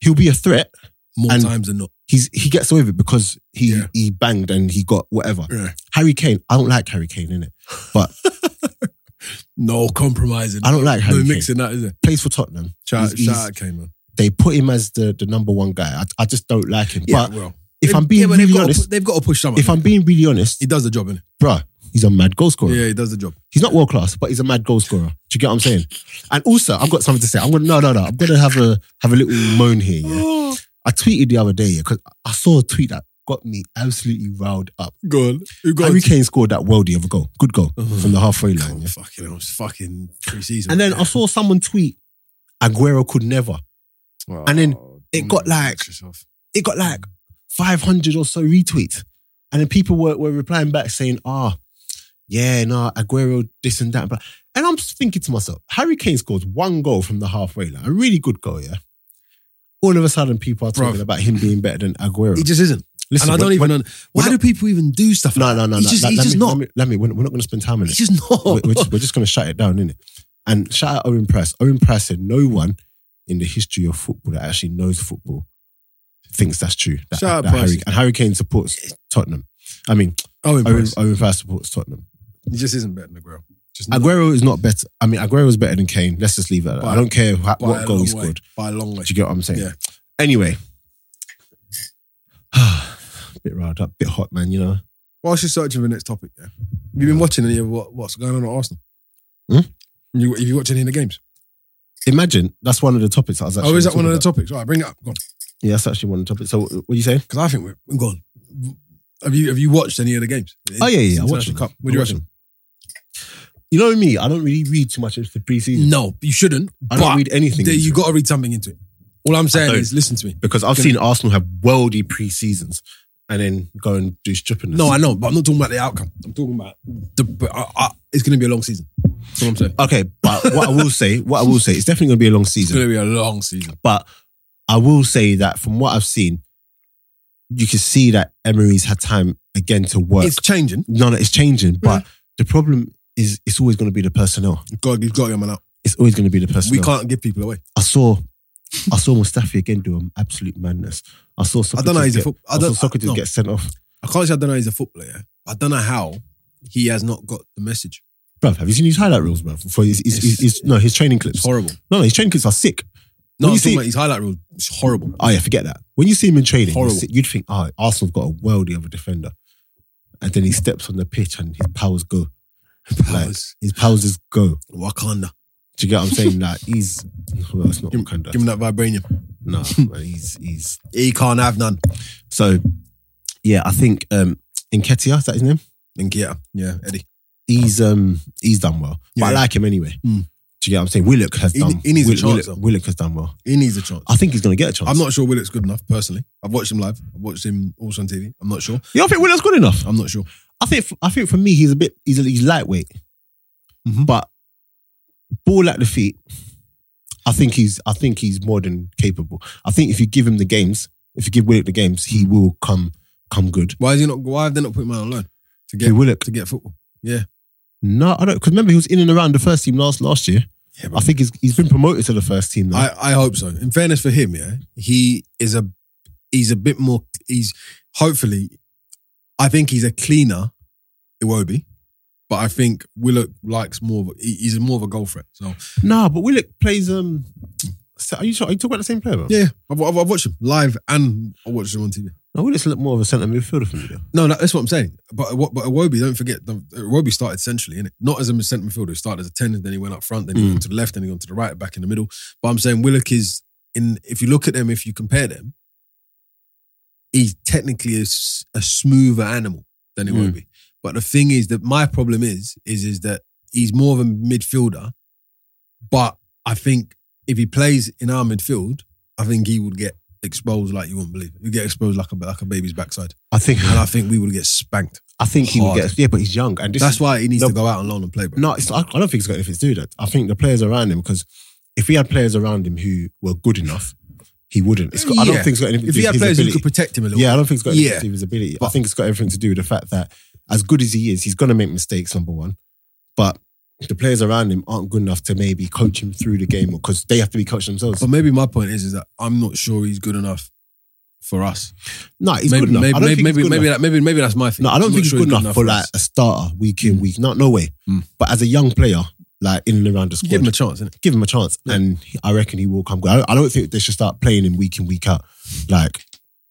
S1: he'll be a threat.
S2: more
S1: And-
S2: times than not.
S1: He's he gets away with it because he
S2: Yeah.
S1: he banged and he got whatever.
S2: Yeah.
S1: Harry Kane, I don't like Harry Kane in it.
S2: No compromising.
S1: I don't like
S2: No
S1: Harry Kane.
S2: mixing that, is it?
S1: Plays for Tottenham.
S2: Shout,
S1: He's- he's-
S2: shout out Kane, man.
S1: They put him as the the number one guy. I, I just don't like him. but
S2: well,
S1: if
S2: They-
S1: I'm being
S2: yeah, but they've
S1: really
S2: got
S1: honest,
S2: to, pu- they've got to push someone.
S1: if I'm being really honest,
S2: he does the job, innit?
S1: bruh, he's a mad goal scorer.
S2: Yeah, he does the job.
S1: He's not world class, but he's a mad goal scorer. Do you get what I'm saying? And also, I've got something to say. I'm gonna no, no, no. I'm gonna have a have a little moan here. Yeah, I tweeted the other day yeah because I saw a tweet that got me absolutely riled up.
S2: Go on, who got
S1: Harry Kane scored that worldie of a goal, good goal
S2: Oh.
S1: from the halfway line.
S2: Come
S1: yeah.
S2: on, fucking, hell, it's fucking pre-season.
S1: And then I saw someone tweet, Aguero could never. and then it got like- It got like 500 or so retweets, and then people were were replying back saying, "Ah, yeah, no, Aguero this and that." But and I'm just thinking to myself, Harry Kane scored one goal from the halfway line, a really good goal, yeah. All of a sudden, people are talking
S2: Bruv.
S1: about him being better than Aguero.
S2: he just isn't.
S1: Listen,
S2: and I don't
S1: when-
S2: even.
S1: when-
S2: know, why
S1: we're
S2: do people even do stuff? Like
S1: No, no, no,
S2: He's
S1: no.
S2: just-
S1: Let-
S2: he's
S1: let
S2: just
S1: me-
S2: not.
S1: Let me, let me- we're, we're not going to spend time on
S2: that?
S1: it.
S2: He's just not.
S1: We're, we're just, we're just going to shut it down, innit? And shout out Owen Price. Owen Price said no one in the history of football that actually knows football thinks that's true. That,
S2: Shout out
S1: that
S2: Price.
S1: Harry, and Harry Kane supports Tottenham. I mean,
S2: oh,
S1: Owen,
S2: impressed.
S1: Owen Price supports Tottenham.
S2: He just isn't better than Aguero. Just not
S1: Aguero is not better. I mean, Aguero is better than Kane. Let's just leave it. At that.
S2: By-
S1: I don't care wha-
S2: by
S1: what
S2: a
S1: goal
S2: long
S1: he
S2: way,
S1: scored.
S2: by a long way.
S1: Do you get what I'm saying?
S2: Yeah.
S1: Anyway, bit riled up, bit hot, man. You know.
S2: Whilst you're searching for the next topic, yeah, have you been watching any of what, what's going on at Arsenal?
S1: Hmm?
S2: You, have you watched any of the games?
S1: Imagine that's one of the topics I was actually.
S2: oh, is that one of the
S1: talking
S2: topics? All right, bring it up. Go on.
S1: about. Yeah, that's actually one of the topics. So, what are you saying?
S2: Because I think we're, we're gone. Have you have you watched any of the games?
S1: Oh yeah, yeah, yeah. I
S2: International
S1: watch them.
S2: Cup.
S1: I
S2: What do you
S1: watch
S2: reckon?
S1: them. You know me. I don't really read too much into the preseason.
S2: No, you shouldn't.
S1: I don't
S2: but
S1: read anything
S2: there-
S1: into
S2: you
S1: it.
S2: got to read something into it. All I'm saying
S1: don't.
S2: is, listen to me.
S1: because I've seen Arsenal have worldy preseasons and then go and do stripping.
S2: No, I know, but I'm not talking about the outcome. I'm talking about the. but I, I, it's going to be a long season. That's what I'm saying.
S1: Okay, but what I will say, what I will say, it's definitely going to be a long
S2: It's
S1: season.
S2: going to be a long season.
S1: But I will say that from what I've seen, you can see that Emery's had time again to work.
S2: It's Mm. changing.
S1: no, no, it's changing. But the problem is, it's always going to be the personnel.
S2: You've got, you've got to get man out.
S1: It's always going to be the
S2: We
S1: personnel.
S2: can't give people away.
S1: I saw, I saw Mustafi again do an absolute madness. I saw.
S2: I
S1: Socrates
S2: don't know. He's a
S1: get,
S2: football.
S1: I,
S2: I don't.
S1: saw Socrates
S2: no,
S1: get sent off.
S2: I can't say I don't know. He's a footballer. yeah. I don't know how he has not got the message.
S1: Bruv, have you seen his highlight reels, bruv? For his, his, his, his, no, his training clips.
S2: It's horrible.
S1: No, no, his training clips are sick.
S2: No,
S1: When
S2: I'm
S1: you
S2: talking
S1: see,
S2: about his highlight reel. It's horrible.
S1: oh yeah, forget that. When you see him in training, you
S2: Horrible.
S1: sit- you'd think, oh, Arsenal've got a worldie of a defender, and then he steps on the pitch and his powers go. Like,
S2: Powers.
S1: his powers just go.
S2: Wakanda.
S1: Do you get what I'm saying? Like he's well, it's not
S2: Give,
S1: Wakanda.
S2: give him that vibranium.
S1: no, man, he's he's
S2: He can't have none.
S1: so. Yeah, I think um Inketia, is that his name?
S2: And get him. Yeah, Eddie.
S1: He's um he's done well, but I
S2: Yeah.
S1: like him anyway.
S2: Mm.
S1: Do you get what I'm saying? Willock has
S2: He-
S1: done.
S2: he needs a
S1: Will-
S2: chance,
S1: Willock,
S2: though.
S1: Willock has done well.
S2: He needs a chance.
S1: I think he's going to get a chance.
S2: I'm not sure Willock's good enough, personally. I've watched him live. I've watched him also on TV. I'm not sure.
S1: You don't think Willock's good enough?
S2: I'm not sure.
S1: I think I think for me he's a bit he's, he's lightweight,
S2: Mhm.
S1: but ball at the feet. I think he's I think he's more than capable. I think if you give him the games, if you give Willock the games, he
S2: Mm.
S1: will come come good.
S2: Why is he not? Why have they not put him on loan to get
S1: Who, Willock?
S2: to get football?
S1: No, I don't because remember he was in and around the first team last last year.
S2: Yeah,
S1: I think he's he's been promoted to the first team now.
S2: I, I hope so. In fairness for him, yeah, he is a he's a bit more. He's hopefully, I think he's a cleaner. Iwobi, but I think Willock likes more. Of a, he- he's more of a goal threat. So
S1: nah, but Willock plays um. so- Are you sure- are you talking about the same player? Man?
S2: yeah, I've, I've, I've watched him live and I watched him on TV.
S1: no, Willock's a little more of a centre midfielder for me though.
S2: No, no, that's what I'm saying. But what? But Iwobi, don't forget, the- Iwobi started centrally, innit? Not as a centre midfielder. He started as a ten, and then he went up front, then he
S1: Mm.
S2: went to the left, then he went to the right, back in the middle. But I'm saying Willock is in. If you look at them, if you compare them, he technically is a smoother animal than
S1: Mm.
S2: Iwobi. But the thing is that my problem is is is that he's more of a midfielder. But I think if he plays in our midfield, I think he would get exposed like you wouldn't believe. You get exposed like a like a baby's backside
S1: I think
S2: and I think we will get spanked.
S1: I think he will
S2: Hard.
S1: get yeah, but he's young and this
S2: That's
S1: is-
S2: why he needs
S1: No.
S2: to go out on loan and play. Bro.
S1: No, it's, I, I don't think it's got anything to do with that. I think the players around him, because if he had players around him who were good enough, he wouldn't. It's got, I don't
S2: Yeah.
S1: think it's got anything
S2: if
S1: to
S2: he
S1: do
S2: had
S1: with his
S2: players who
S1: ability.
S2: could protect him a little,
S1: yeah, I don't think it's got anything
S2: Yeah.
S1: to do with his ability. I
S2: But-
S1: think it's got everything to do with the fact that as good as he is, he's going to make mistakes, number one. But the players around him aren't good enough to maybe coach him through the game because they have to be coached themselves.
S2: But maybe my point is, is that I'm not sure he's good enough for us.
S1: no, he's
S2: maybe,
S1: good enough.
S2: Maybe,
S1: I don't
S2: maybe,
S1: think he's
S2: maybe,
S1: good
S2: maybe
S1: enough.
S2: that, maybe, maybe that's my thing.
S1: No, I don't
S2: I'm
S1: think
S2: not
S1: he's
S2: sure
S1: good enough for like
S2: us.
S1: a starter week in, week. Not, no way.
S2: Mm.
S1: But as a young player, like in and around the
S2: You
S1: squad,
S2: give him a chance, innit?
S1: give him a chance, and he- I reckon he will come good. I don't, I don't think they should start playing him week in week out. Like,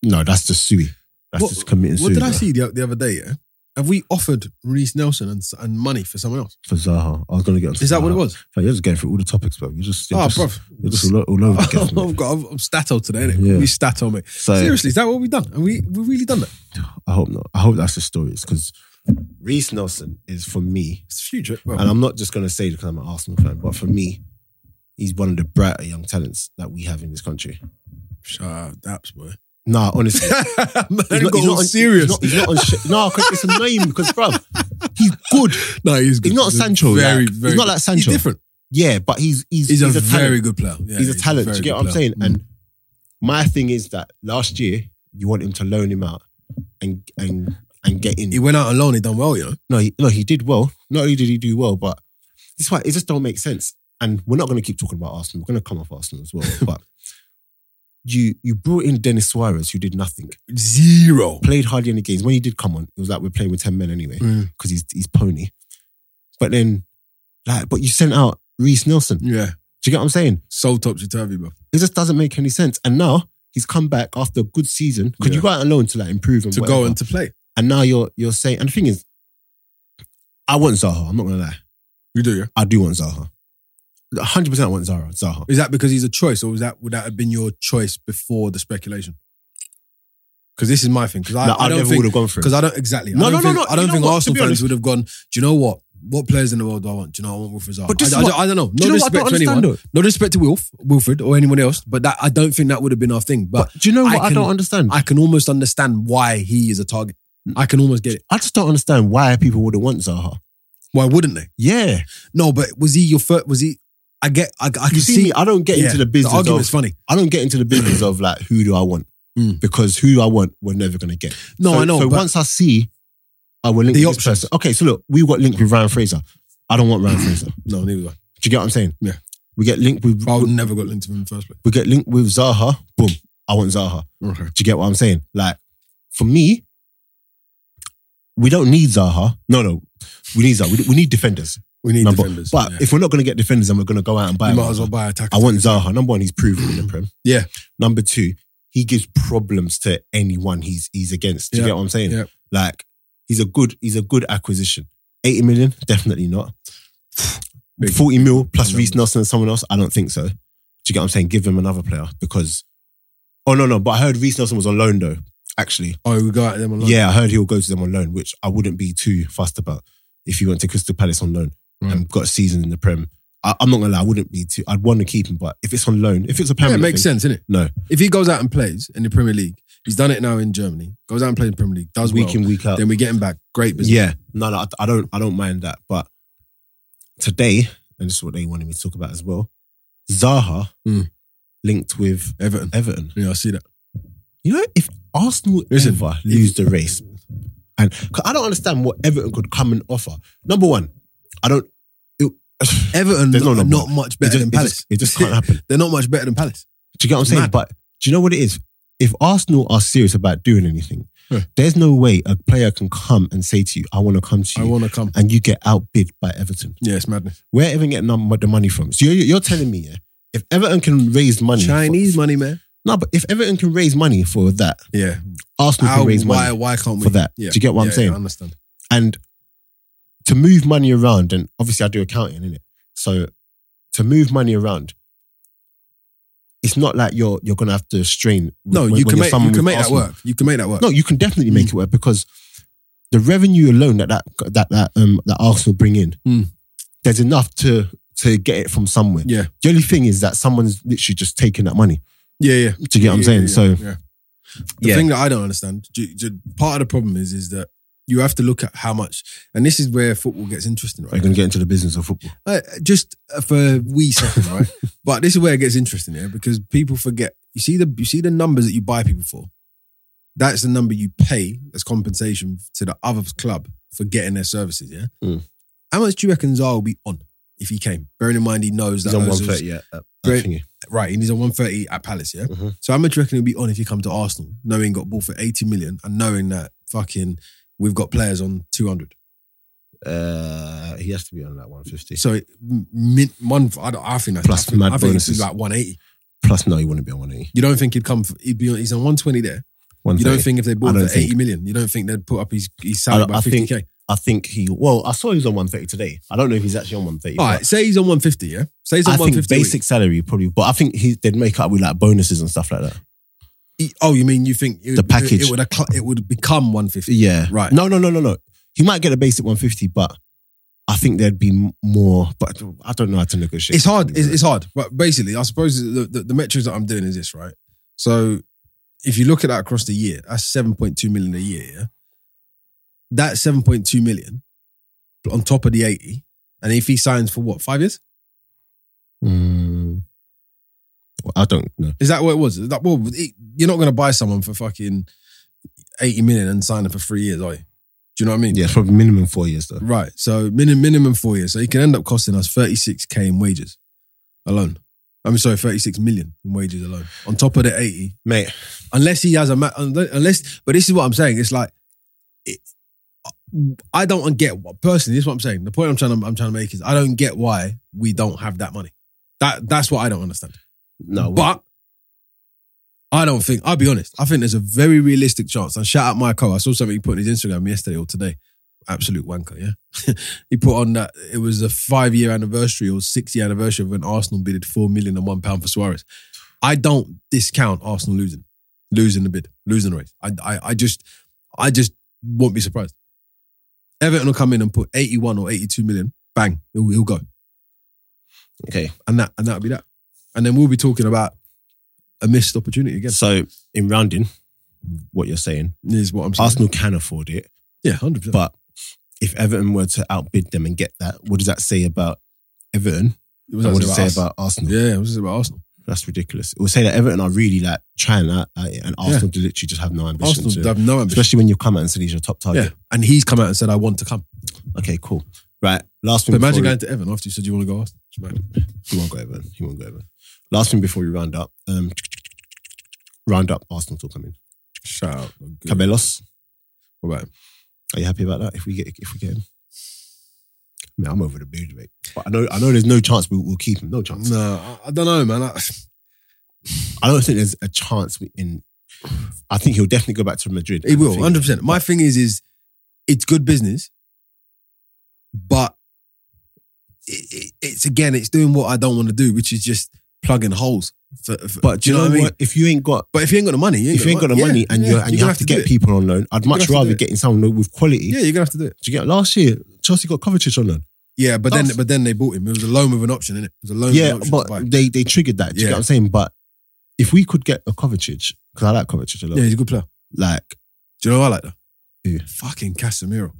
S1: no, that's just suey. That's
S2: What-
S1: just committing
S2: What
S1: suey
S2: did I
S1: bro,
S2: see the, the other day? Yeah, have we offered Reese Nelson and, and money for someone else?
S1: for Zaha. I was gonna get. onto
S2: Is that what it
S1: Zaha.
S2: was?
S1: Like, you're just going through all the topics, bro. You're just, you're
S2: Oh,
S1: just,
S2: bruv.
S1: you're just all, o- all over again.
S2: I've got I'm, I'm stato today, innit?
S1: Yeah.
S2: We stato, mate.
S1: So
S2: Seriously, is that what we done? Have we we really done that?
S1: I hope not. I hope that's the story. It's because Reese Nelson is for me,
S2: It's huge. right?
S1: and I'm not just gonna say because I'm an Arsenal fan, but for me, he's one of the brighter young talents that we have in this country.
S2: Shut up, daps, boy.
S1: Nah, honestly.
S2: Man,
S1: He's
S2: got
S1: he's
S2: all
S1: on-
S2: serious.
S1: He's not, he's not on sh- no, 'cause it's annoying because, bro, he's good.
S2: No, he's good.
S1: He's not Sancho, like- he's not
S2: good.
S1: like Sancho.
S2: He's different.
S1: Yeah, but he's he's
S2: He's, a,
S1: talent.
S2: very good player. Yeah,
S1: he's a talent. Do
S2: very
S1: you get
S2: good
S1: what I'm
S2: player.
S1: saying?
S2: Mm.
S1: And my thing is that last year you want him to loan him out and and and get in.
S2: he went out alone. He done well, you know.
S1: no, he, no, he did well. Not only did he do well, but this why it just don't make sense. And we're not going to keep talking about Arsenal. We're going to come off Arsenal as well. but you you brought in Dennis Suarez, who did nothing,
S2: Zero.
S1: played hardly any games. When he did come on, it was like we're playing with ten men anyway
S2: Mm.
S1: because he's he's pony. But then, like, but you sent out Reese Nelson.
S2: Yeah,
S1: Do you get what I'm saying?
S2: so topsy turvy, bro.
S1: It just doesn't make any sense. And now he's come back after a good season. Could you
S2: Yeah.
S1: go out alone to like improve and
S2: To
S1: whatever?
S2: go and to play,
S1: and now you're you're saying and the thing is, I want Zaha. I'm not gonna lie,
S2: you do. Yeah.
S1: I do want Zaha. 100 percent I want Zaha. Zaha.
S2: Is that because he's a choice, or was that would that have been your choice before the speculation? Because this is my thing. Because I,
S1: No,
S2: I
S1: I,
S2: don't
S1: never
S2: think
S1: would have gone for it.
S2: Because I don't exactly.
S1: No,
S2: I
S1: no,
S2: don't
S1: no,
S2: think,
S1: no.
S2: I don't
S1: You know
S2: think
S1: what? To
S2: Arsenal
S1: be
S2: fans
S1: honest-
S2: would have gone. Do you know what? What players in the world do I want? Do you know I want Wilfred Zaha?
S1: But this is
S2: I, I,
S1: what-
S2: don't, I don't know. No
S1: do you know what I
S2: respect
S1: don't
S2: to anyone.
S1: understand though?
S2: No disrespect to Wilf, Wilfred or anyone else, but that I don't think that would have been our thing. But
S1: But do you know
S2: I
S1: what I,
S2: can-
S1: don't understand? I,
S2: I can almost understand why he is a target.
S1: Mm.
S2: I can almost get it.
S1: just don't understand why people wouldn't want Zaha.
S2: Why wouldn't they?
S1: Yeah.
S2: No, but was he your first? Was he? I get. I, I can
S1: You
S2: see.
S1: see, me, I don't get
S2: yeah,
S1: into the business
S2: The
S1: of
S2: argument's funny.
S1: I don't get into the business of like who do I want?
S2: Mm.
S1: Because who I want, we're never gonna get.
S2: No,
S1: so,
S2: I know.
S1: So
S2: but
S1: once I see, I will link
S2: The
S1: with this
S2: options.
S1: person. Okay, so look, we got linked with Ryan Fraser. I don't want Ryan Fraser.
S2: no, neither was I.
S1: Do you get what I'm saying?
S2: Yeah.
S1: We get linked with
S2: I would never got linked to him in the first place.
S1: we get linked with Zaha. Boom. I want Zaha.
S2: Okay.
S1: Do you get what I'm saying? Like, for me, we don't need Zaha. No, no, we need Zaha. We, we need defenders.
S2: We need
S1: number.
S2: defenders.
S1: But
S2: yeah.
S1: if we're not going to get defenders and we're going to go out and buy,
S2: you
S1: one,
S2: might as well buy a tackle.
S1: I want Zaha. Number one, he's proven in the Prem.
S2: Yeah.
S1: Number two, he gives problems to anyone he's he's against. Do you
S2: Yeah.
S1: get what I'm saying?
S2: Yeah.
S1: Like he's a good he's a good acquisition. 80 million, definitely not.
S2: Big.
S1: 40 mil plus
S2: Numbers.
S1: Reese Nelson and someone else, I don't think so. Do you get what I'm saying? Give him another player because oh no no, but I heard Reese Nelson was on loan though. Actually,
S2: Oh, we got them alone.
S1: yeah, I heard he'll go to them on loan, which I wouldn't be too fussed about if he went to Crystal Palace on loan and got a season in the Prem. I, I'm not gonna lie, I wouldn't be too. I'd want to keep him, but if it's on loan, if it's a
S2: Yeah, it
S1: permanent,
S2: makes
S1: thing,
S2: sense, innit?
S1: No,
S2: If he goes out and plays in the Premier League, he's done it now in Germany. Goes out and plays in the Premier League, does
S1: week
S2: well.
S1: in week out.
S2: Then we get him back. Great business.
S1: Yeah, no, no, I, I don't, I don't mind that. But today, and this is what they wanted me to talk about as well. Zaha
S2: Hmm.
S1: linked with
S2: Everton.
S1: Everton.
S2: Yeah, I see that.
S1: You know, if Arsenal
S2: Listen,
S1: ever lose the race, and 'cause I don't understand what Everton could come and offer. Number one, I don't. It,
S2: Everton
S1: There's no
S2: not,
S1: number.
S2: not much
S1: it
S2: better
S1: just,
S2: than
S1: it
S2: Palace.
S1: just- it just can't happen.
S2: They're not much better than Palace.
S1: Do you get what I'm saying?
S2: Mad.
S1: But do you know what it is? If Arsenal are serious about doing anything,
S2: Yeah.
S1: there's no way a player can come and say to you, I want to come to
S2: I
S1: you,
S2: want to come.
S1: and you get outbid by Everton.
S2: Yeah, it's madness.
S1: Where Everton get num- the money from? So you're, you're telling me, yeah, if Everton can raise money. for-
S2: Chinese money, man.
S1: no, but if Everton can raise money for that,
S2: Yeah.
S1: Arsenal
S2: How,
S1: can raise
S2: why,
S1: money
S2: why can't we?
S1: for that.
S2: Yeah.
S1: Do you get what
S2: Yeah,
S1: I'm saying?
S2: I understand.
S1: and to move money around, and obviously I do accounting in it, so to move money around, it's not like you're you're gonna have to strain.
S2: No,
S1: when-
S2: you
S1: when
S2: can
S1: you're
S2: make,
S1: someone
S2: you
S1: with
S2: can make that
S1: Arsenal.
S2: work. Mm. You can make that work.
S1: No, you can definitely make it work because the revenue alone that that that that, um, that Arsenal bring in,
S2: Mm.
S1: there's enough to to get it from somewhere.
S2: Yeah.
S1: The only thing is that someone's literally just taking that money.
S2: Yeah, yeah.
S1: Do you get what I'm saying? so
S2: yeah. The
S1: Yeah.
S2: thing that I don't understand, do- do- part of the problem is, is that you have to look at how much, and this is where football gets interesting,
S1: are you
S2: right?
S1: gonna get into the business of football?
S2: Uh, just for wee second, right? but this is where it gets interesting, yeah, because people forget. You see the you see the numbers that you buy people for. That's the number you pay as compensation to the other club for getting their services. Yeah.
S1: Mm.
S2: How much do you reckon Zaha will be on if he came? Bearing in mind he knows that
S1: He's on
S2: Ozil's-
S1: one foot, yeah. uh,
S2: Great.
S1: thingy.
S2: Right, and he's on 130 at Palace, yeah?
S1: Mhm.
S2: So how much do you reckon he'll be on if you come to Arsenal, knowing he got bought for 80 million and knowing that fucking we've got players on 200?
S1: Uh, he has to be on like 150.
S2: So it- min, one, I, don't- I think that's
S1: Plus
S2: I think-
S1: mad
S2: I think it'd
S1: bonuses.
S2: be like 180.
S1: Plus, no, he wouldn't be on 180.
S2: You don't think he'd come, for, he'd be on, he's on 120 there. You don't
S1: 130.
S2: think if they bought
S1: I
S2: him
S1: don't
S2: for 80
S1: think-
S2: million, you don't think they'd put up his, his
S1: I
S2: salary
S1: don't-
S2: by
S1: I
S2: 50k?
S1: think- I think he, well, I saw he was on 130 today. I don't know if he's actually on 130.
S2: All
S1: but-
S2: right, say he's on 150, yeah? Say he's on
S1: I think
S2: 150. a week.
S1: basic salary probably, but I think he, they'd make up with like bonuses and stuff like that.
S2: He- oh, you mean you think it
S1: The
S2: would- it-
S1: package.
S2: It, would, acc- it would become 150.
S1: Yeah,
S2: Right.
S1: No, no, no, no, no. He might get a basic one fifty, but I think there'd be m- more. But I don't know how to negotiate.
S2: It's hard. It's, it's hard. But basically, I suppose the, the, the metrics that I'm doing is this, right? So if you look at that across the year, that's 7.2 million a year. Yeah? That 7.2 million on top of the 80. And if he signs for what, five years?
S1: Mm. Well, I don't know.
S2: Is that what it was? Is That, well, it- you're not going to buy someone for fucking 80 million and sign him for three years, are you? Do you know what I mean?
S1: Yeah, it's probably minimum four years though.
S2: Right. So minimum minimum four years. So he can end up costing us 36k in wages alone. I'm sorry, 36 million in wages alone. On top of the 80,
S1: Mate,
S2: unless he has a ma- unless but this is what i'm saying it's like it, i don't get what personally this is what i'm saying the point i'm trying to i'm trying to make is i don't get why we don't have that money that that's what i don't understand
S1: no.
S2: but I don't think, I'll be honest, I think there's a very realistic chance. And shout out my co, I saw something he put on his Instagram yesterday or today. Absolute wanker, yeah. he put on that it was a five year anniversary or six year anniversary of when Arsenal bidded four million and one pound for Suarez. I don't discount Arsenal losing, losing the bid, losing the race. I, I, I just, I just won't be surprised. Everton will come in and put 81 or 82 million, bang, he'll, he'll go
S1: okay.
S2: and that and that'll be that. And then we'll be talking about a missed opportunity again.
S1: So in rounding, what you're saying,
S2: Is what I'm saying.
S1: Arsenal can afford it,
S2: yeah, hundred percent.
S1: but if Everton were to outbid them and get that, what does that say about Everton?
S2: It was
S1: And What
S2: actually
S1: does it say
S2: us.
S1: about Arsenal?
S2: yeah, it was about Arsenal.
S1: That's ridiculous. It will say that Everton are really like trying that, uh, and Arsenal do literally just have no ambition.
S2: Arsenal
S1: to,
S2: have no ambition.
S1: especially when you come out and say he's your top target.
S2: Yeah, and he's come out and said, "I want to come."
S1: Okay, cool. Right. Last
S2: But
S1: thing.
S2: imagine
S1: before
S2: going to Evan after you said you want to go Arsenal. It's mad.
S1: we, he won't go over. He won't go over. Last thing before we round up. Um, round up. Arsenal talk. I mean,
S2: Shout out, Good.
S1: Cabellos.
S2: What about him?
S1: Are you happy about that? If we get if we get him, man, I'm over the moon, mate. But I know, I know, there's no chance we, we'll keep him. No chance.
S2: No, I, I don't know, man. I,
S1: I don't think there's a chance we, in. I think he'll definitely go back to Madrid.
S2: It
S1: I
S2: will,
S1: think-
S2: hundred percent. My thing is, is it's good business, but it, it, it's again, it's doing what I don't want to do, which is just plugging holes. For, for-
S1: But do you know, what? I mean? If you ain't got,
S2: But if you ain't got the money, you ain't
S1: if you ain't got the
S2: mon-
S1: money
S2: yeah,
S1: and
S2: yeah,
S1: you and you
S2: gonna
S1: have, to,
S2: do
S1: get E.
S2: it.
S1: people on loan, I'd
S2: gonna have
S1: much
S2: to do
S1: rather
S2: it.
S1: getting someone with quality.
S2: yeah, you're gonna have to do it.
S1: Do you get last year? Chelsea got Kovacic on loan.
S2: Yeah, but then
S1: That's-
S2: but then they bought him. It was a loan with an option, innit? It was a loan.
S1: Yeah,
S2: with an option
S1: but
S2: to buy.
S1: they they triggered that. Do you
S2: Yeah.
S1: get what I'm saying? But if we could get a Kovacic, because I like Kovacic a lot,
S2: yeah, he's a good player.
S1: like
S2: Do you know what I like though?
S1: Who?
S2: Fucking Casemiro.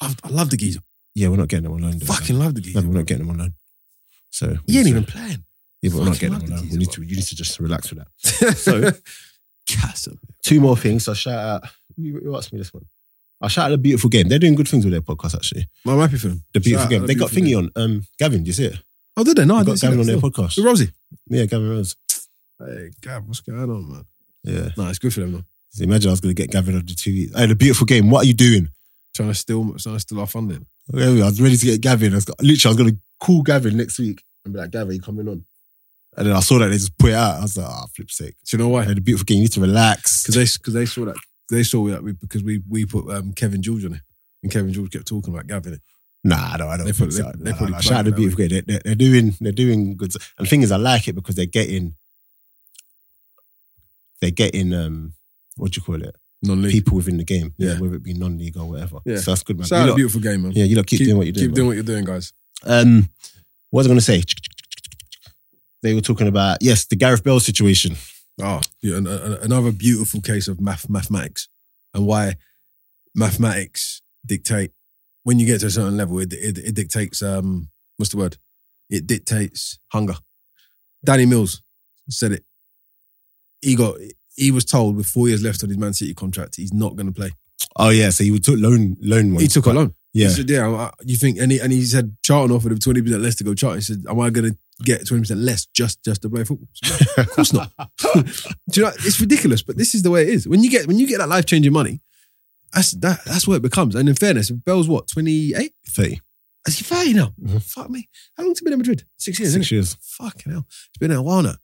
S2: I, I love the geezer.
S1: yeah, we're not getting them on loan. though,
S2: Fucking love the
S1: man.
S2: geezer.
S1: no, we're not getting them on loan. So we
S2: He ain't
S1: need to-
S2: even playing.
S1: Yeah, but we're not
S2: fucking
S1: getting them on
S2: love
S1: loan.
S2: the
S1: We need
S2: geezer,
S1: to you need to just relax with that.
S2: so Casemiro.
S1: Two more things. So shout out. You, you asked me this one. I shout out the beautiful game. They're doing good things with their podcast actually.
S2: I'm happy for him.
S1: The beautiful
S2: Shout out
S1: game.
S2: The
S1: they got
S2: Beautiful
S1: thingy on. Um, Gavin, do you see it?
S2: Oh, did they? No, I
S1: They
S2: didn't
S1: got
S2: see
S1: Gavin
S2: that
S1: on their
S2: still.
S1: podcast.
S2: The Rosie.
S1: Yeah, Gavin Rose.
S2: Hey, God, what's going on, man?
S1: Yeah.
S2: No, it's good for them, though.
S1: So imagine I was going to get Gavin after two weeks. I had a beautiful game. What are you doing?
S2: Trying to steal, trying to steal our funding.
S1: I was ready to get Gavin. I was, literally, I was going to call Gavin next week and be like, Gavin, you coming on? And then I saw that they just put it out. I was like, ah, flip sake.
S2: Do you know why?
S1: I had a beautiful game. You need to relax.
S2: Because they, because they saw that, they saw that we, because we we put um, Kevin George on it, and Kevin George kept talking about Gavin.
S1: Nah, I don't. I don't.
S2: They
S1: think
S2: put-
S1: so.
S2: they-
S1: Nah,
S2: they
S1: nah,
S2: probably
S1: nah. Shout out to
S2: plugged
S1: the beautiful game. They, they, they're doing. They're doing good. s- And the thing is, I like it because they're getting. They're getting um, what do you call it?
S2: Non-league.
S1: People within the game. Yeah,
S2: Yeah.
S1: whether it be non-league or whatever.
S2: Yeah.
S1: So that's good, man.
S2: Shout out
S1: You
S2: to
S1: lot-
S2: beautiful game, man.
S1: yeah, you lot keep, doing what you're doing.
S2: Keep
S1: man.
S2: doing what you're doing, guys.
S1: Um, what was I going to say? They were talking about yes, the Gareth Bell situation.
S2: Ah, yeah, an, an, another beautiful case of math, mathematics and why mathematics dictate when you get to a certain level, it, it, it dictates um, what's the word? It dictates hunger. Danny Mills said it. He got he was told with four years left on his Man City contract, he's not going to play.
S1: Oh yeah, so he took loan loan ones.
S2: He took a loan.
S1: yeah,
S2: He said, "Yeah, I- you think?" And he, and he said, "Charlton offered him twenty percent less to go Charlton." He said, "Am I going to get twenty percent less just just to play football?" I said, "No, of course not. Do you know? It's ridiculous, but this is the way it is. When you get when you get that life changing money, that's that, that's what it becomes. And in fairness, Bell's what twenty eight?
S1: thirty
S2: Is he thirty now?
S1: Mhm.
S2: Fuck me. How long's he been in Madrid? Six years.
S1: six
S2: Six
S1: years.
S2: Fucking hell, it's been a while now.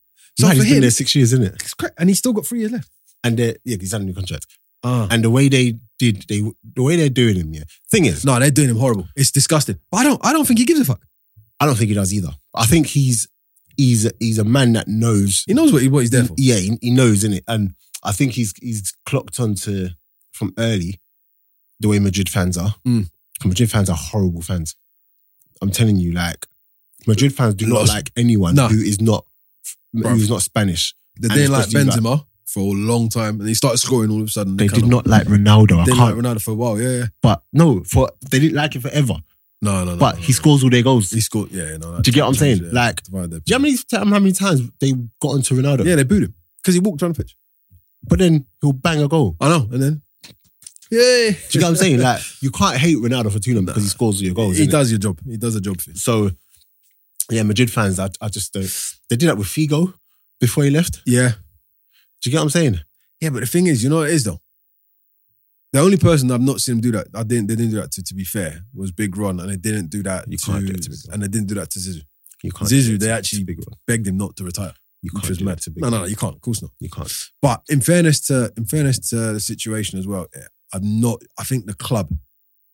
S2: So
S1: So
S2: for
S1: he's been
S2: him,
S1: there six years, isn't it?
S2: it's cra- and he's still got three years left.
S1: And they're- yeah, he's had a new contract.
S2: Ah.
S1: And the way they did, they the way they're doing him. Yeah, thing is,
S2: No, they're doing him horrible. It's disgusting. But I don't. I don't think he gives a fuck.
S1: I don't think he does either. I think he's he's he's a man that knows.
S2: He knows what he, what he's there for.
S1: Yeah, he, he knows, innit? And I think he's he's clocked onto from early the way Madrid fans are.
S2: Mm.
S1: Madrid fans are horrible fans. I'm telling you, like Madrid fans do not
S2: Lots-
S1: like anyone
S2: No.
S1: who is not
S2: Bruv.
S1: who's not Spanish.
S2: They
S1: And
S2: didn't
S1: it's
S2: like
S1: supposed to be
S2: Benzema for a long time, and he started scoring all of a sudden.
S1: They did
S2: kinda-
S1: not like Ronaldo. I
S2: Didn't
S1: can't.
S2: like Ronaldo for a while. Yeah, yeah.
S1: but no, for they didn't like it forever.
S2: No, no, no.
S1: but
S2: no,
S1: he
S2: no.
S1: scores all their goals.
S2: He scored. Yeah, yeah, no.
S1: Do you get what I'm saying? Like,
S2: divide their-
S1: do you know how many, t- how many times they got onto Ronaldo?
S2: yeah, they booed him because he walked around the pitch.
S1: But then he'll bang a goal.
S2: I know, and then yeah,
S1: Do you get what I'm saying? Like you can't hate Ronaldo for too long because he scores all your goals.
S2: he
S1: innit?
S2: does your job. He does a job for you.
S1: So, yeah, Madrid fans, I, I just don't. They did that with Figo before he left.
S2: Yeah,
S1: Do you get what I'm saying?
S2: yeah. But the thing is, you know what it is though. The only person I've not seen him do that, I didn't. They didn't do that to. To be fair, was Big Ron, and they didn't do that.
S1: You
S2: to,
S1: can't do it to Big Ron.
S2: and they didn't do that to Zizou.
S1: You can't.
S2: Zizou,
S1: do it.
S2: they
S1: It's
S2: actually-
S1: a big one.
S2: Begged him not to retire,
S1: You
S2: which
S1: can't.
S2: was
S1: do
S2: mad.
S1: it to Big
S2: No,
S1: one.
S2: no, no, you can't. Of course not.
S1: You can't.
S2: But in fairness to in fairness to the situation as well, I'm not. I think the club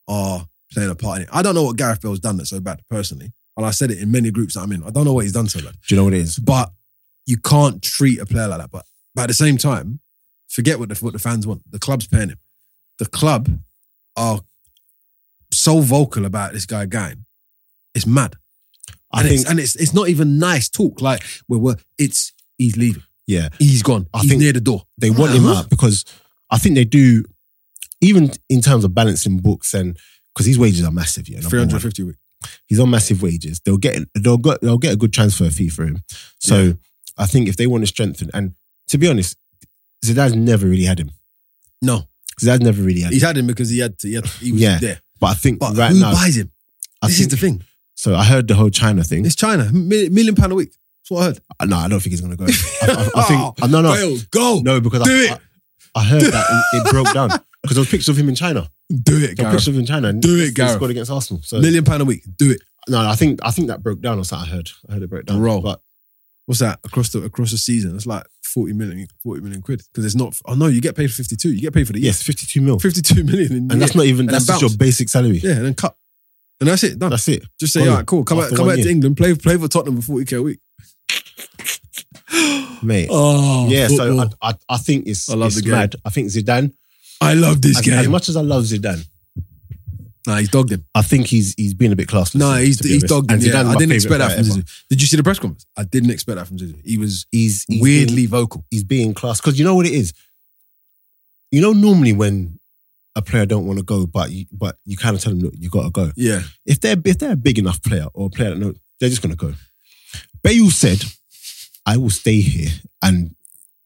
S2: are playing a part in it. I don't know what Gareth Bell's done that's so bad personally, and I said it in many groups that I'm in. I don't know what he's done so bad,
S1: Do you know what it is?
S2: but you can't treat a player like that. But but at the same time, forget what the what the fans want. The club's paying him. The club are so vocal about this guy going. It's mad,
S1: I
S2: and
S1: think.
S2: it's, and it's it's not even nice talk. Like we're, we're it's he's leaving,
S1: Yeah,
S2: he's gone,
S1: I
S2: he's
S1: think
S2: near the door.
S1: they want him
S2: Huh?
S1: out because I think they do. Even in terms of balancing books and because his wages are massive, yeah. number
S2: Three
S1: one.
S2: hundred fifty a week.
S1: He's on massive wages. They'll get they'll get they'll get a good transfer fee for him. So I think if they want to strengthen, and to be honest, Zidane's never really had him.
S2: No,
S1: Zidane's never really had. him.
S2: He's had him because he had to, he, had he was
S1: Yeah.
S2: there.
S1: But I think
S2: But
S1: right
S2: who
S1: now,
S2: buys him?
S1: I
S2: this
S1: think,
S2: is the thing.
S1: so I heard the whole China thing.
S2: It's China. Mi- million pound a week. That's what I heard.
S1: Uh, No, I don't think he's gonna go. I, I- I think uh, no, no,
S2: Wales, go.
S1: no, because
S2: do
S1: I,
S2: it.
S1: I, I heard that it, it broke down because there was pictures of him in China.
S2: Do it,
S1: There were
S2: Gareth.
S1: pictures of him in China. And
S2: Do it,
S1: he
S2: Gareth.
S1: scored against Arsenal. So
S2: Million pound a week. Do it.
S1: no, I think I think that broke down. Or something I heard. I heard it broke down.
S2: Roll.
S1: But
S2: What's that across the across the season? It's like 40 million, 40 million quid. Because it's not. Oh no, you get paid for 52. You get paid for the year.
S1: yes, fifty-two mil,
S2: 52 million. In the
S1: and that's
S2: year.
S1: not even
S2: And
S1: that's
S2: then
S1: just your
S2: bounce.
S1: basic salary.
S2: Yeah, and then cut. And that's it. Done.
S1: That's it.
S2: Just say,
S1: Gone.
S2: all right, cool. Come back,
S1: After
S2: come
S1: one
S2: back to
S1: year.
S2: England. Play, play for Tottenham for 40k a week.
S1: mate.
S2: Oh,
S1: yeah, so
S2: football.
S1: I, I, I think it's,
S2: I love
S1: it's
S2: the game.
S1: mad. I think Zidane,
S2: I, love this
S1: as,
S2: game.
S1: as much as I love Zidane,
S2: nah, he's dogged him.
S1: I think he's he's been a bit classless.
S2: No,
S1: to
S2: he's
S1: be
S2: he's
S1: honest.
S2: dogged him.
S1: And
S2: Yeah,
S1: Zidane's
S2: I
S1: my
S2: didn't
S1: favourite
S2: expect that
S1: player
S2: from
S1: ever.
S2: Zidane. Did you see the press conference? I didn't expect that from Zidane. He was
S1: He's, he's
S2: weirdly
S1: being-
S2: vocal.
S1: he's being class because you know what it is. You know, normally when a player don't want to go, but you, but you kind of tell them, look, you got to go.
S2: Yeah,
S1: If they're if they're a big enough player or a player that knows, they're just gonna go. Bayou said, "I will stay here and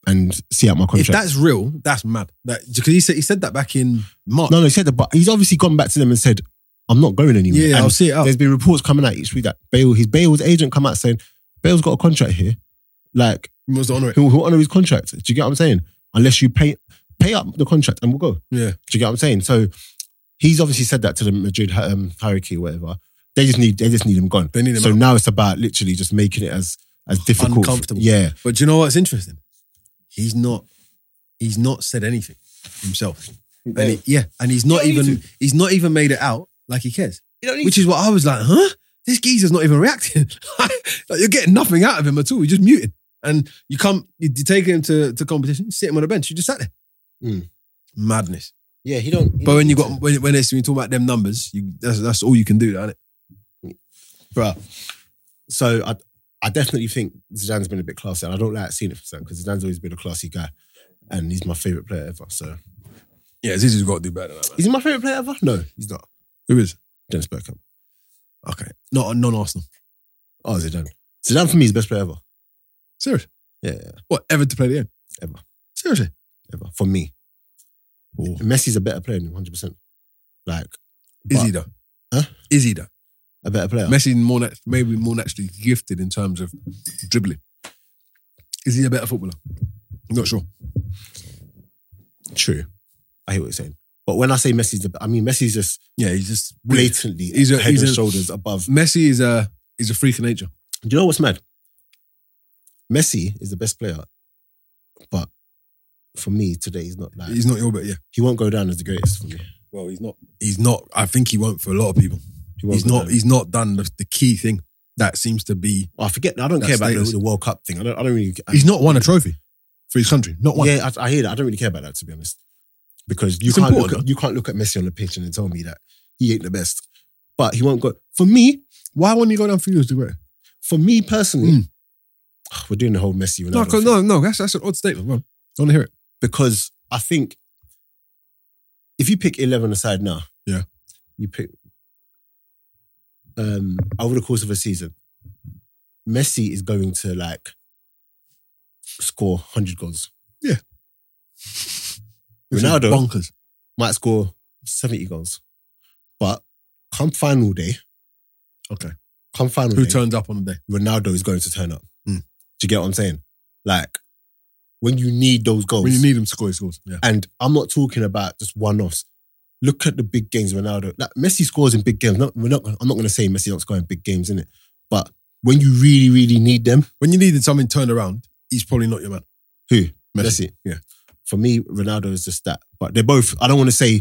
S1: and see out my
S2: if
S1: contract."
S2: that's real, that's mad. That because he said he said that back in March.
S1: no, no, he said that, but he's obviously gone back to them and said, "I'm not going anywhere."
S2: yeah,
S1: And
S2: I'll see it up.
S1: There's been reports coming out each week that Bale, his Bale's agent come out saying, "Bale's got a contract here, like
S2: He wants to honour it.
S1: he'll, he'll honor his contract." Do you get what I'm saying? Unless you pay pay up the contract and we'll go.
S2: Yeah,
S1: Do you get what I'm saying? So he's obviously said that to the Madrid um, hierarchy, or whatever. They just need they just need him gone.
S2: they need him.
S1: so
S2: out.
S1: now it's about literally just making it as as difficult,
S2: Uncomfortable.
S1: Yeah,
S2: But do you know what's interesting? He's not. He's not said anything himself. And he, yeah, and he's not
S1: don't need
S2: even. He's not even made it out like he cares.
S1: you don't
S2: Which is what I was like, huh? This geezer's not even reacting. like you're getting nothing out of him at all. You're just muted. And you come, you, you take him to, to competition, you sit him on a bench, you just sat there. Hmm.
S1: Mm.
S2: Madness.
S1: yeah, he don't.
S2: But when you got when when it's when you talk about them numbers, you that's, that's all you can do, isn't it?
S1: bro. So I, I definitely think Zidane's been a bit classy, and I don't like seeing it for Zidane because Zidane's always been a classy guy, and he's my favorite player ever. So
S2: Yeah, Zizou's got to do better than that, man.
S1: is he my favorite player ever? No, he's not.
S2: Who is?
S1: Dennis Bergkamp.
S2: Okay. Not non Arsenal.
S1: Oh, Zidane. Zidane for me is the best player ever.
S2: Serious.
S1: Yeah, yeah,
S2: What, ever to play the end?
S1: Ever.
S2: Seriously.
S1: ever for me. Messi's a better player than him, 100%. Like
S2: Is
S1: But-
S2: he though?
S1: Huh?
S2: Is he though?
S1: a better player.
S2: Messi more nat- maybe more naturally gifted in terms of dribbling. Is he a better footballer? I'm not sure.
S1: True. I hear what you're saying. But when I say Messi's the I mean Messi's just
S2: Yeah, he's just weird.
S1: blatantly
S2: He's a-
S1: head
S2: he's
S1: and
S2: a-
S1: shoulders above.
S2: Messi is a is a freak of nature.
S1: Do you know what's mad? Messi is the best player, but for me today he's not like
S2: He's not your bet, yeah.
S1: he won't go down as the greatest for me.
S2: Well, he's not. He's not. I think he won't for a lot of people.
S1: He won't
S2: He's
S1: go
S2: not. e-
S1: down.
S2: He's not done the, the key thing that seems to be.
S1: I forget. I don't
S2: That
S1: care about the,
S2: status.
S1: the World Cup thing. I don't. I don't really. I,
S2: He's not won a trophy for his country. Not one.
S1: yeah, I, I hear that. I don't really care about that to be honest, because you
S2: It's
S1: can't look
S2: important,
S1: at, you can't look at Messi on the pitch and then tell me that he ain't the best. But he won't go. For me,
S2: Why won't he go down for you as the great?
S1: for me personally, we're doing the whole Messi.
S2: Hmm. No,
S1: Ronaldo
S2: no,
S1: thing.
S2: no, no. That's that's an odd statement. Go on. I want to hear it.
S1: because I think if you pick eleven aside now,
S2: Yeah.
S1: you pick um over the course of a season, Messi is going to like score hundred goals.
S2: Yeah. It's
S1: Ronaldo
S2: bonkers.
S1: might score seventy goals, but come final day,
S2: Okay.
S1: come final
S2: Who
S1: day,
S2: turns up on the day?
S1: Ronaldo is going to turn up.
S2: Mm.
S1: Do you get what I'm saying? Like when you need those goals,
S2: When you need him to score, he scores. Yeah.
S1: and I'm not talking about just one-offs. Look at the big games, Ronaldo. Like Messi scores in big games. Not, we're not, I'm not going to say Messi don't score in big games, innit? But when you really, really need them,
S2: When you needed something turned around, he's probably not your man.
S1: who?
S2: Messi.
S1: Messi.
S2: Yeah.
S1: For me, Ronaldo is just that. But they're both. I don't want to say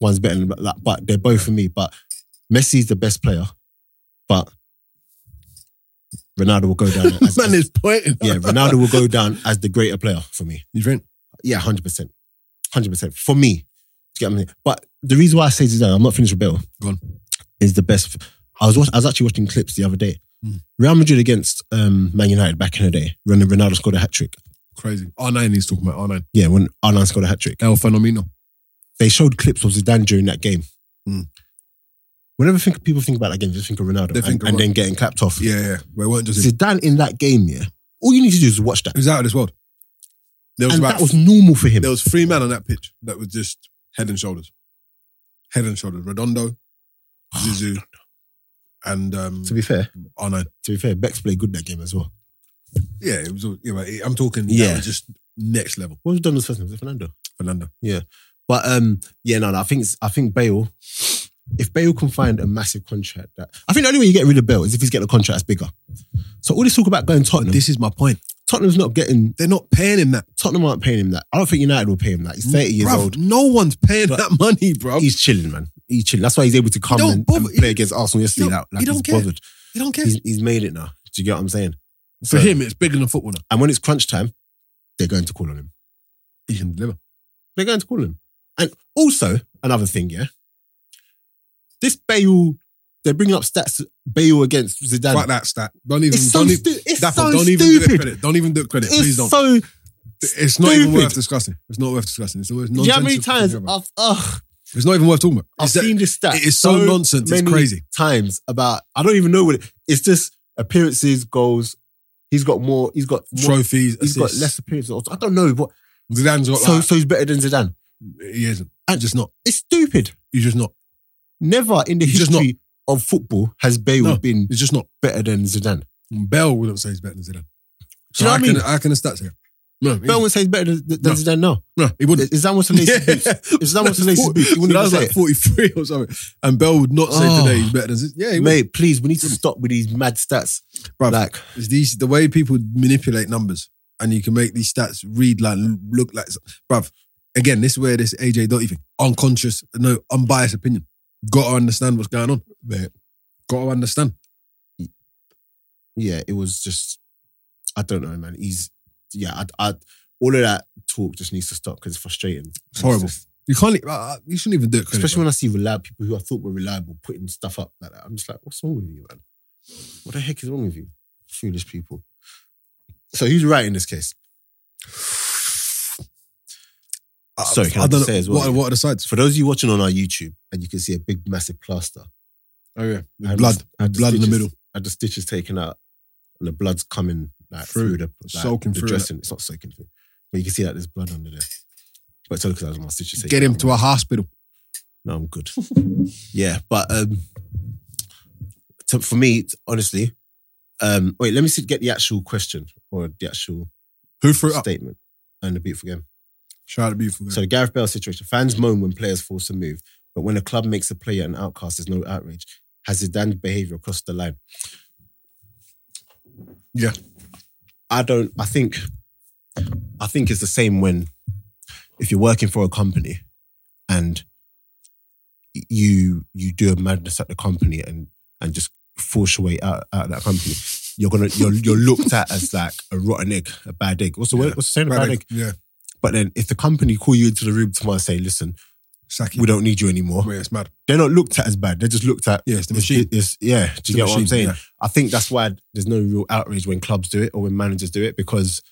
S1: one's better, than, like, but they're both for me. But Messi's the best player. But Ronaldo will go down. As,
S2: man
S1: as-
S2: is pointing.
S1: yeah, Ronaldo will go down as the greater player for me.
S2: You think?
S1: Yeah, hundred percent, hundred percent for me. Do you get what I mean? But the reason why I say Zidane, I'm not finished with Bale.
S2: Go on.
S1: Is the best. I was watch, I was actually watching clips the other day.
S2: Mm.
S1: Real Madrid against um, Man United back in the day. When Ronaldo scored a hat trick.
S2: Crazy. R9 he's talking about. R9.
S1: Yeah, when Arnold scored a hat trick.
S2: El Fenomeno.
S1: They showed clips of Zidane during that game.
S2: Mm.
S1: Whenever think, people think about that game, just think of Ronaldo
S2: They
S1: and,
S2: think of
S1: and
S2: Ron-
S1: then getting clapped off.
S2: Yeah, yeah. Well, it weren't just him.
S1: Zidane in that game, yeah. All you need to do is watch that,
S2: It was out of this world. There was
S1: and
S2: about
S1: that was normal for him.
S2: there was three men on that pitch that was just head and shoulders, head and shoulders. Redondo, Zizou, and um,
S1: to be fair,
S2: R9.
S1: to be fair, Bex played good that game as well.
S2: Yeah, it was. all- Yeah, but I'm talking. Yeah,
S1: Yeah.
S2: was just next level.
S1: What was Ronaldo's first name? Was it Fernando?
S2: Fernando.
S1: But um, yeah, no, no, I think it's- I think Bale if Bale can find a massive contract that I think the only way you get rid of Bale is if he's getting a contract that's bigger. So all this talk about going Tottenham,
S2: This is my point.
S1: Tottenham's not getting
S2: They're not paying him that.
S1: Tottenham aren't paying him that. I don't think United will pay him that. He's 30 years
S2: Mm, Bruv,
S1: old.
S2: No one's paying that money, bro.
S1: He's chilling, man. He's chilling. That's why he's able to come
S2: don't
S1: and,
S2: bother-
S1: and play
S2: he-
S1: against Arsenal yesterday.
S2: don't-
S1: like, like
S2: he don't
S1: he's
S2: care.
S1: bothered.
S2: You don't care.
S1: He's, he's made it now. Do you get what I'm saying?
S2: For him, it's bigger than football now.
S1: And when it's crunch time, they're going to call on him.
S2: He can deliver.
S1: They're going to call him. And also, another thing, yeah. This Bale, they're bringing up stats Bale against Zidane.
S2: Fuck that stat. Don't even.
S1: It's so
S2: don't even,
S1: stu- it's
S2: Dapo,
S1: so
S2: don't even do it
S1: stupid.
S2: credit. Don't even do it credit. Please
S1: it's
S2: don't.
S1: so.
S2: it's not even
S1: stupid.
S2: worth discussing. It's not worth discussing. It's the worst
S1: Do you know how many
S2: nonsensical
S1: times
S2: thing ever.
S1: I've, ugh,
S2: It's not even worth talking about.
S1: I've
S2: It's that-
S1: seen this stat?
S2: it is so nonsense. It's
S1: many
S2: crazy.
S1: Times about I don't even know what it, it's just appearances, goals. He's got more. He's got more,
S2: trophies.
S1: He's got
S2: assists.
S1: less appearances. I don't know what.
S2: Zidane's got
S1: So
S2: like,
S1: so he's better than Zidane.
S2: he isn't. He's just not.
S1: It's stupid.
S2: He's just not.
S1: Never in the
S2: He's just not-
S1: history of football has Bale
S2: No.
S1: been
S2: He's just not.
S1: better than Zidane.
S2: Bell wouldn't say he's better than Zidane.
S1: Do you know what I mean?
S2: Can, I can the stats here. No, he-
S1: Bale would say he's better than, than
S2: No.
S1: Zidane. No,
S2: no, he wouldn't.
S1: is that what's the lazy boots? Is that what's the lazy boots? You wouldn't
S2: Zidane's
S1: even say
S2: like
S1: it.
S2: 43 or something. And Bell would not say
S1: Oh.
S2: today he's better than Zidane. Yeah, he would.
S1: Mate, please, we need to stop with these mad stats.
S2: Bruv.
S1: Like,
S2: It's these the way people manipulate numbers, and you can make these stats read like look like, bruv. Again, this is where this AJ Dotty thing, unconscious, no unbiased opinion. Got to understand what's going on. Got to understand.
S1: yeah, it was just, I don't know, man. He's, yeah, I, I, all of that talk just needs to stop because it's frustrating. And It's
S2: horrible.
S1: just-
S2: You can't. Uh, you shouldn't even do it. Credit,
S1: especially
S2: Especially
S1: when I see reliable people who I thought were reliable putting stuff up like that. I'm just like, what's wrong with you, man? What the heck is wrong with you? Foolish people. So who's right in this case? Sorry, can I just say as well?
S2: What, are- what are the sides?
S1: For those of you watching on our YouTube and you can see a big, massive plaster.
S2: Oh yeah,
S1: I had
S2: blood,
S1: the- I had
S2: blood in the
S1: stitches-
S2: middle.
S1: I had the stitches taken out, and the blood's coming like
S2: Through.
S1: through, the like,
S2: Soaking
S1: the
S2: through
S1: dressing. It's not soaking through, but you can see that there's blood under there. But it's only because I was my stitches.
S2: Get him to a hospital.
S1: No, I'm good. yeah, but um, to, for me, t- honestly, um, wait. Let me see, get the actual question or the actual
S2: Who threw it up?
S1: statement and the beautiful game.
S2: Shout out to beautiful. Guy.
S1: So the Gareth Bale situation. Fans moan when players force a move, but when a club makes a player an outcast, there's no outrage. Has Zidane's behaviour crossed the line?
S2: Yeah.
S1: I don't. I think. I think it's the same when, if you're working for a company, and you you do a madness at the company and and just force your way out, out of that company, you're gonna you're you're looked at as like a rotten egg, a bad egg. What's the
S2: Yeah.
S1: word? What's the saying? A bad egg.
S2: yeah,
S1: But then if the company call you into the room tomorrow and say, listen,
S2: Saki.
S1: we don't need you anymore,
S2: Yeah, it's mad.
S1: they're not looked at as bad. They're just looked at.
S2: Yeah, it's the
S1: it's-
S2: machine.
S1: it's- yeah, do you
S2: The
S1: get what I'm
S2: machine,
S1: saying?
S2: yeah.
S1: I think that's why there's no real outrage when clubs do it or when managers do it because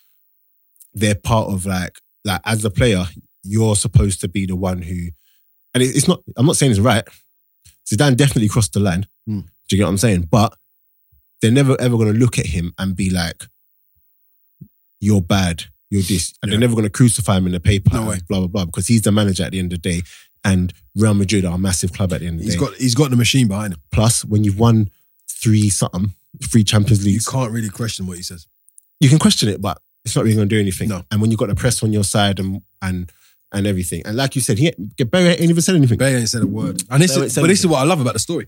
S1: they're part of like, like as a player, you're supposed to be the one who, and it, it's not, I'm not saying it's right. Zidane definitely crossed the line.
S2: Hmm.
S1: Do you get what I'm saying? But they're never ever going to look at him and be like, you're bad, you're this. And
S2: Yeah.
S1: they're never going to crucify him in the paper,
S2: No
S1: and
S2: way.
S1: blah, blah, blah, because he's the manager at the end of the day. And Real Madrid are a massive club at the end of the
S2: He's
S1: day.
S2: got he's got the machine behind him.
S1: Plus, when you've won three something, three Champions
S2: You
S1: Leagues, you,
S2: can't really question what he says.
S1: can question it, but it's not really going to do anything.
S2: No.
S1: And when you've got the press on your side and and and everything, and like you said, he Barry ain't even said anything.
S2: Bay ain't said a word. And this
S1: Bay ain't
S2: is,
S1: said
S2: but this is
S1: anything.
S2: what I love about the story.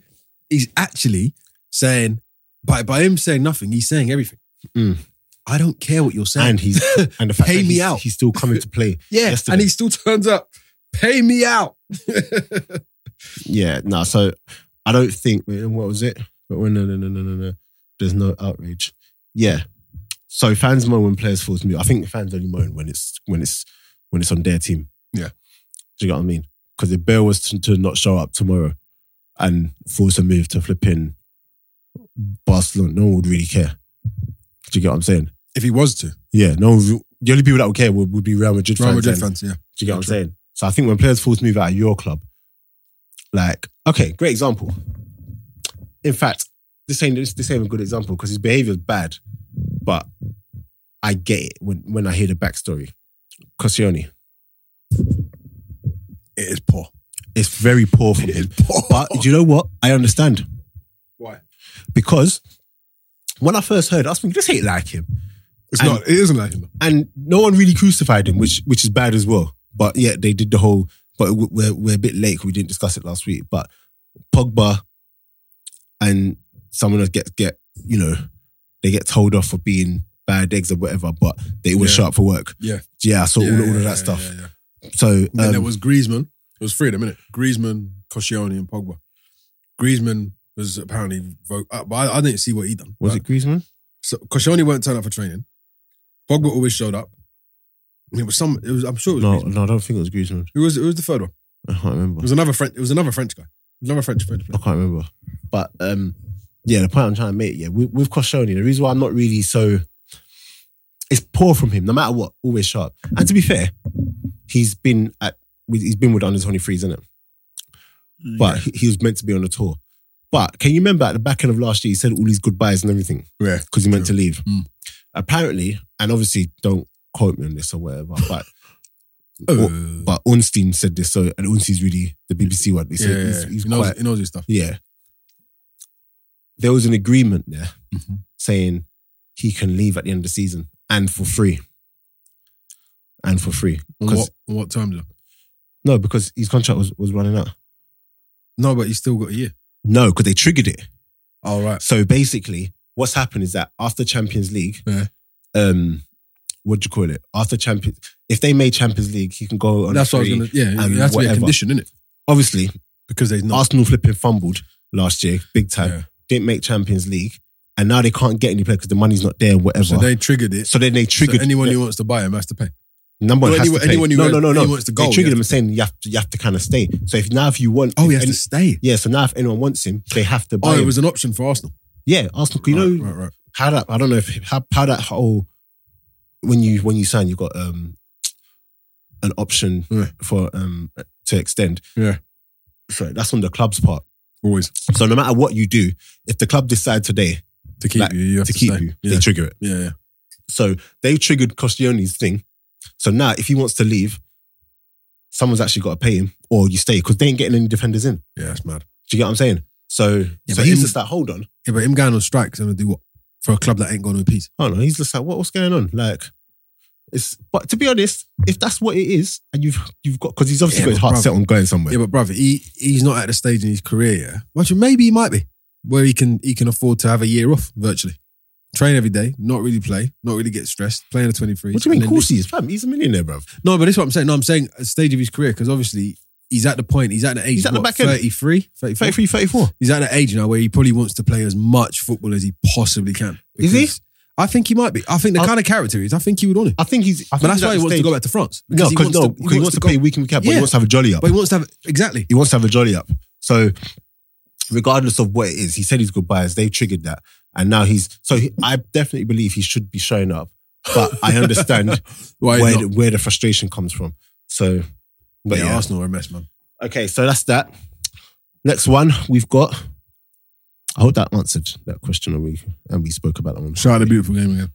S2: He's actually saying, by, by him saying nothing, he's saying everything.
S1: Mm.
S2: I don't care what you're saying.
S1: And he's and the fact
S2: Pay
S1: that
S2: me
S1: he's,
S2: out.
S1: he's still coming to play.
S2: yeah,
S1: yesterday.
S2: and he still turns up. Pay me out.
S1: Yeah, no. so I don't think. wait, What was it? But when no, no, no, no, no, no. There's no outrage. Yeah. So fans moan when players force me. I think fans only moan when it's when it's when it's on their team.
S2: Yeah.
S1: Do you get what I mean? Because if Bale was to, to not show up tomorrow and force a move to flipping Barcelona, no one would really care. Do you get what I'm saying?
S2: if he was to,
S1: Yeah. No. One, would- the only people that would care would, would be Real Madrid
S2: Real
S1: fans
S2: Madrid
S1: and-
S2: fans, yeah.
S1: do you get what I'm saying? So I think when players force move out of your club, like, okay, great example. In fact, this ain't this, this ain't a good example because his behavior is bad, but I get it when, when I hear the backstory. Koscielny,
S2: It is poor.
S1: it's very poor from
S2: It is
S1: him.
S2: poor.
S1: But do you know what? I understand
S2: Why?
S1: because when I first heard, it, I was thinking this ain't like him,
S2: It's
S1: And-
S2: not. It isn't like him. though.
S1: and no one really crucified him, which which is bad as well. But yeah, they did the whole. But we- we're we're a bit late. 'cause We didn't discuss it last week, but Pogba and someone else get get you know they get told off for being bad eggs or whatever, but they always
S2: Yeah.
S1: show up for work.
S2: Yeah.
S1: yeah. I saw all, all of that
S2: yeah,
S1: stuff.
S2: yeah, yeah.
S1: So
S2: And then
S1: um,
S2: there was Griezmann. It was three in a minute. Griezmann, Koscielny, and Pogba. Griezmann was apparently vote, uh, but I, I didn't see what he done.
S1: was
S2: But-
S1: it Griezmann?
S2: So Koscielny won't turn up for training. Pogba always showed up. And it was some. It was. I'm sure it was.
S1: No,
S2: Griezmann.
S1: no, I don't think it was Griezmann.
S2: Who was? Who was the third one?
S1: I can't remember.
S2: It was another French. It was another French guy. Another French French.
S1: I
S2: player.
S1: can't remember. But um, yeah, the point I'm trying to make, yeah, with, with Koscielny, the reason why I'm not really so it's poor from him, no matter what, always sharp. And to be fair, he's been at he's been with under 23s, isn't it? But he, he was meant to be on the tour. But can you remember at the back end of last year, he said all these goodbyes and everything
S2: Yeah.
S1: because he meant to leave.
S2: Mm.
S1: Apparently, and obviously, don't quote me on this or whatever, but
S2: Uh,
S1: but Unstein said this, so and Unstein's really the BBC one. They
S2: yeah,
S1: said
S2: yeah,
S1: he's,
S2: yeah.
S1: he's
S2: he, knows,
S1: quite
S2: he knows his stuff.
S1: yeah. There was an agreement there
S2: Mhm.
S1: saying he can leave at the end of the season and for free. And for free.
S2: On
S1: 'Cause-
S2: what, on what terms? though?
S1: No, because his contract was, was running out.
S2: No, but he's still got a year.
S1: No, because they triggered it.
S2: All right.
S1: So basically, what's happened is that after Champions League,
S2: Yeah.
S1: um, what do you call it? After Champions, if they made Champions League, he can go on.
S2: That's
S1: a
S2: what I was
S1: free.
S2: gonna. Yeah,
S1: and
S2: it has to be a
S1: whatever.
S2: condition, innit?
S1: Obviously,
S2: Because there's not.
S1: Arsenal flipping fumbled last year, big time.
S2: Yeah.
S1: Didn't make Champions League, and now they can't get any player because the money's not there. Whatever.
S2: So they triggered it.
S1: So then they
S2: So
S1: triggered
S2: anyone who wants to buy him has to pay.
S1: number one
S2: No,
S1: has
S2: anyone-
S1: to pay.
S2: anyone who
S1: no,
S2: wants-
S1: no, no, no.
S2: anyone wants to go,
S1: they
S2: you
S1: triggered
S2: have
S1: him saying you have to, you have to kind of stay. So if now if you want,
S2: Oh, he
S1: if
S2: has
S1: any-
S2: to stay.
S1: yeah. So now if anyone wants him, they have to buy
S2: Oh, it
S1: him.
S2: was an option for Arsenal.
S1: yeah, Arsenal. You
S2: Right,
S1: know
S2: right, right.
S1: how that? I don't know if how, how that whole when you when you sign, you got um an option
S2: Yeah.
S1: for um to extend.
S2: Yeah.
S1: So that's on the club's part.
S2: Always
S1: So no matter what you do, if the club decide today
S2: to keep
S1: Like,
S2: you. You have
S1: to
S2: to,
S1: keep
S2: stay.
S1: you,
S2: Yeah.
S1: they trigger it.
S2: yeah, yeah.
S1: So they triggered Costione's thing. So now, if he wants to leave, someone's actually got to pay him, or you stay because they ain't getting any defenders in.
S2: Yeah, that's mad.
S1: Do you get what I'm saying? So,
S2: Yeah,
S1: so
S2: but
S1: he's
S2: him-
S1: just like, hold on,
S2: Yeah, but him going on strike is going to do what for a club that ain't going to peace?
S1: hold on. He's just like, what, what's going on? Like, it's. But to be honest, if that's what it is, and you've you've got because he's obviously
S2: Yeah,
S1: got his
S2: but
S1: heart
S2: bruv-
S1: set on going somewhere.
S2: Yeah, but brother, he he's not at the stage in his career. Yeah, which maybe he might be, where he can he can afford to have a year off virtually, train every day, not really play, not really get stressed, playing the twenty three.
S1: what do you mean? Of course he is, fam. He's a millionaire, bruv.
S2: No, but this is what I'm saying. No, I'm saying a stage of his career because obviously he's at the point. He's at the age.
S1: He's at the
S2: what,
S1: back end.
S2: 33, 34?
S1: 33, 34.
S2: He's at that age now where he probably wants to play as much football as he possibly can.
S1: Is he?
S2: Because I think he might be. I think the
S1: I-
S2: kind of character he is. I think he would want it.
S1: I think he's. I
S2: But
S1: think
S2: that's
S1: he's at
S2: why he
S1: the
S2: wants
S1: stage-
S2: to go back to France.
S1: No, because no,
S2: he
S1: because he wants to
S2: go-
S1: play week in week out, but he
S2: Yeah.
S1: wants to have a jolly up.
S2: But he wants to have exactly.
S1: He wants to have a jolly up. So, regardless of what it is, he said his goodbyes. They triggered that, and now he's. So he, I definitely believe he should be showing up, but I understand
S2: Why
S1: where
S2: not?
S1: the, where the frustration comes from. So, but
S2: yeah,
S1: yeah.
S2: Arsenal are a mess, man.
S1: okay. So that's that. Next one we've got. I hope that answered that question, and we and we spoke about that one.
S2: Shout out a beautiful game again.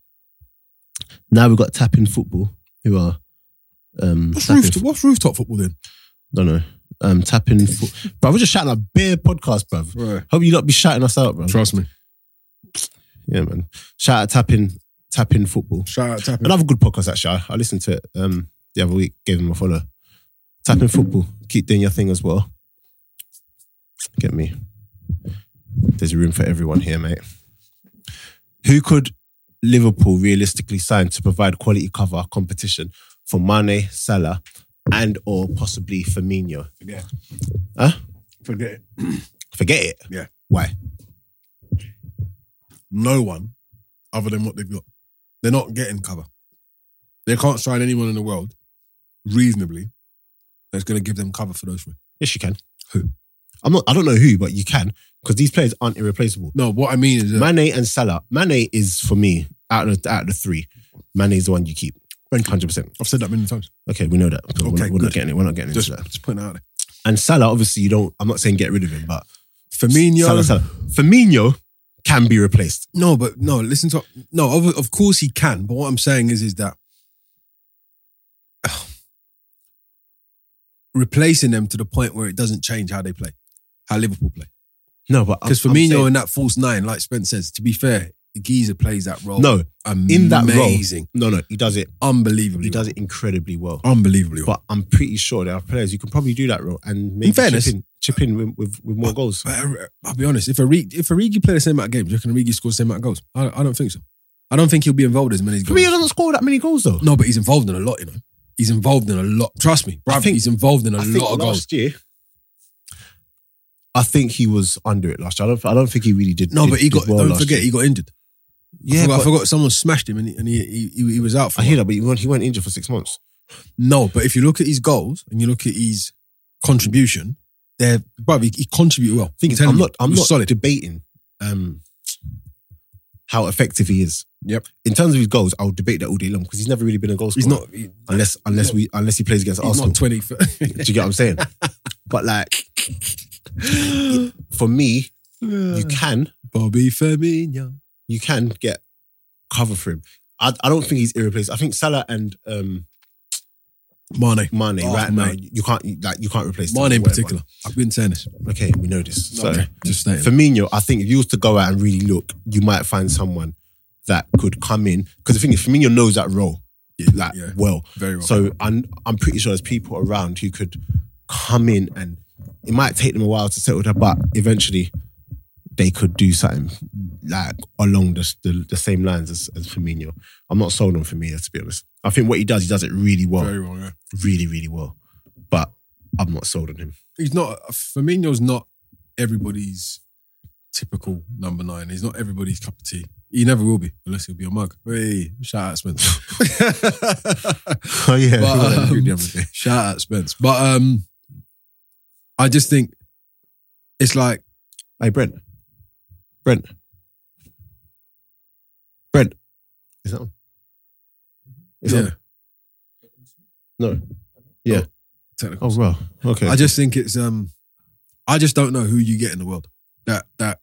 S1: Now we've got tapping football, who are um,
S2: What's,
S1: tapping.
S2: roof, what's rooftop football then?
S1: don't know. Um, tapping, fo- bro. We're just shouting a beer podcast, bruv.
S2: Right.
S1: Hope you not be shouting us out, bro.
S2: Trust me.
S1: Yeah, man. Shout out tapping, tapping football.
S2: Shout out tapping.
S1: Another good podcast actually. I, I listened to it um the other week. Gave him a follow. Tapping football. Keep doing your thing as well. Get me. There's room for everyone here, mate. Who could Liverpool realistically sign to provide quality cover competition for Mane, Salah, and or possibly Firmino?
S2: Forget it.
S1: Huh?
S2: Forget it.
S1: Forget it.
S2: Yeah.
S1: Why?
S2: No one other than what they've got. They're not getting cover. They can't sign anyone in the world reasonably that's going to give them cover for those three.
S1: Yes, you can. Who? I'm not. I don't know who, but you can because these players aren't irreplaceable.
S2: No, what I mean is uh, that
S1: Mane and Salah. Mane is for me out of the, out of the three. Mane is the one you keep. Hundred percent.
S2: I've said that many times.
S1: Okay, we know that. So we're,
S2: Okay,
S1: not, we're not
S2: good.
S1: getting it. We're not getting into
S2: Just,
S1: that.
S2: just putting it out there.
S1: And Salah, obviously, you don't. I'm not saying get rid of him, but
S2: Firmino.
S1: Salah, Salah. Firmino can be replaced.
S2: No, but no, listen to no. Of, of course he can, but what I'm saying is, is that replacing them to the point where it doesn't change how they play, how Liverpool play.
S1: No, but I'm-
S2: Because
S1: I'm
S2: Firmino
S1: saying-
S2: in that false nine, like Spence says, to be fair, Giza plays that role.
S1: No,
S2: amazing.
S1: in that role.
S2: amazing,
S1: No, no, he does it.
S2: unbelievably.
S1: He does
S2: well.
S1: it incredibly well.
S2: unbelievably. well.
S1: But I'm pretty sure there are players who can probably do that role and maybe
S2: fairness-
S1: chip in, chip in with, with, with more goals.
S2: But I- I'll be honest. If Origi, if Origi played the same amount of games, do you reckon Origi scored the same amount of goals? I, I don't think so. I don't think he'll be involved as many
S1: But he
S2: goals.
S1: doesn't score that many goals though.
S2: No, but he's involved in a lot. You know, he's involved in a lot. Trust me, bro.
S1: I think-
S2: he's involved in a
S1: I think
S2: lot of goals.
S1: last year, I think he was under it last year. I don't, I don't think he really did.
S2: No,
S1: did-
S2: but he
S1: did
S2: got.
S1: well
S2: don't
S1: last
S2: forget,
S1: year.
S2: he got injured. I
S1: yeah,
S2: forgot, I
S1: but-
S2: forgot someone smashed him and he, and he, he, he, he was out for.
S1: I
S2: a
S1: hear that,
S2: while.
S1: but he went, he went injured for six months.
S2: No, but if you look at his goals and you look at his contribution, they're bro, he, he contributed well.
S1: Think
S2: telling
S1: I'm
S2: you,
S1: not. I'm
S2: he was
S1: not
S2: solid.
S1: debating um, how effective he is.
S2: Yep.
S1: In terms of his goals, I'll debate that all day long because he's never really been a goal scorer.
S2: He's not. he-
S1: unless unless we unless he plays against
S2: he's
S1: Arsenal.
S2: not twenty.
S1: Do you get what I'm saying? but like, for me, you can
S2: Bobby Firmino.
S1: you can get cover for him. I, I don't think he's irreplaceable. I think Salah and um,
S2: Mane.
S1: Mane
S2: Oh,
S1: right now
S2: mate.
S1: you can't you- like you can't replace them
S2: Mane in
S1: or whatever.
S2: particular. I've been saying this.
S1: Okay, we know this. So
S2: Okay, just stating.
S1: Firmino, I think if you was to go out and really look, you might find someone that could come in because the thing is Firmino knows that role like
S2: yeah.
S1: well.
S2: Very well.
S1: So I'm I'm pretty sure there's people around who could come in and it might take them a while to settle there, but eventually they could do something like along the the, the same lines as, as Firmino. I'm not sold on Firmino to be honest. I think what he does, he does it really well,
S2: Very well. Yeah.
S1: really really well. But I'm not sold on him.
S2: He's not. Firmino's not everybody's typical number nine. He's not everybody's cup of tea. He never will be unless he'll be a mug. Hey, shout out Spence.
S1: Oh yeah,
S2: But, um,
S1: the other day.
S2: Shout out Spence. But um, I just think it's like
S1: Hey Brent, Brent, Brent, is that on? Is that
S2: yeah,
S1: on? no? Yeah.
S2: technical.
S1: Oh well, okay.
S2: I just think it's um, I just don't know who you get in the world that that.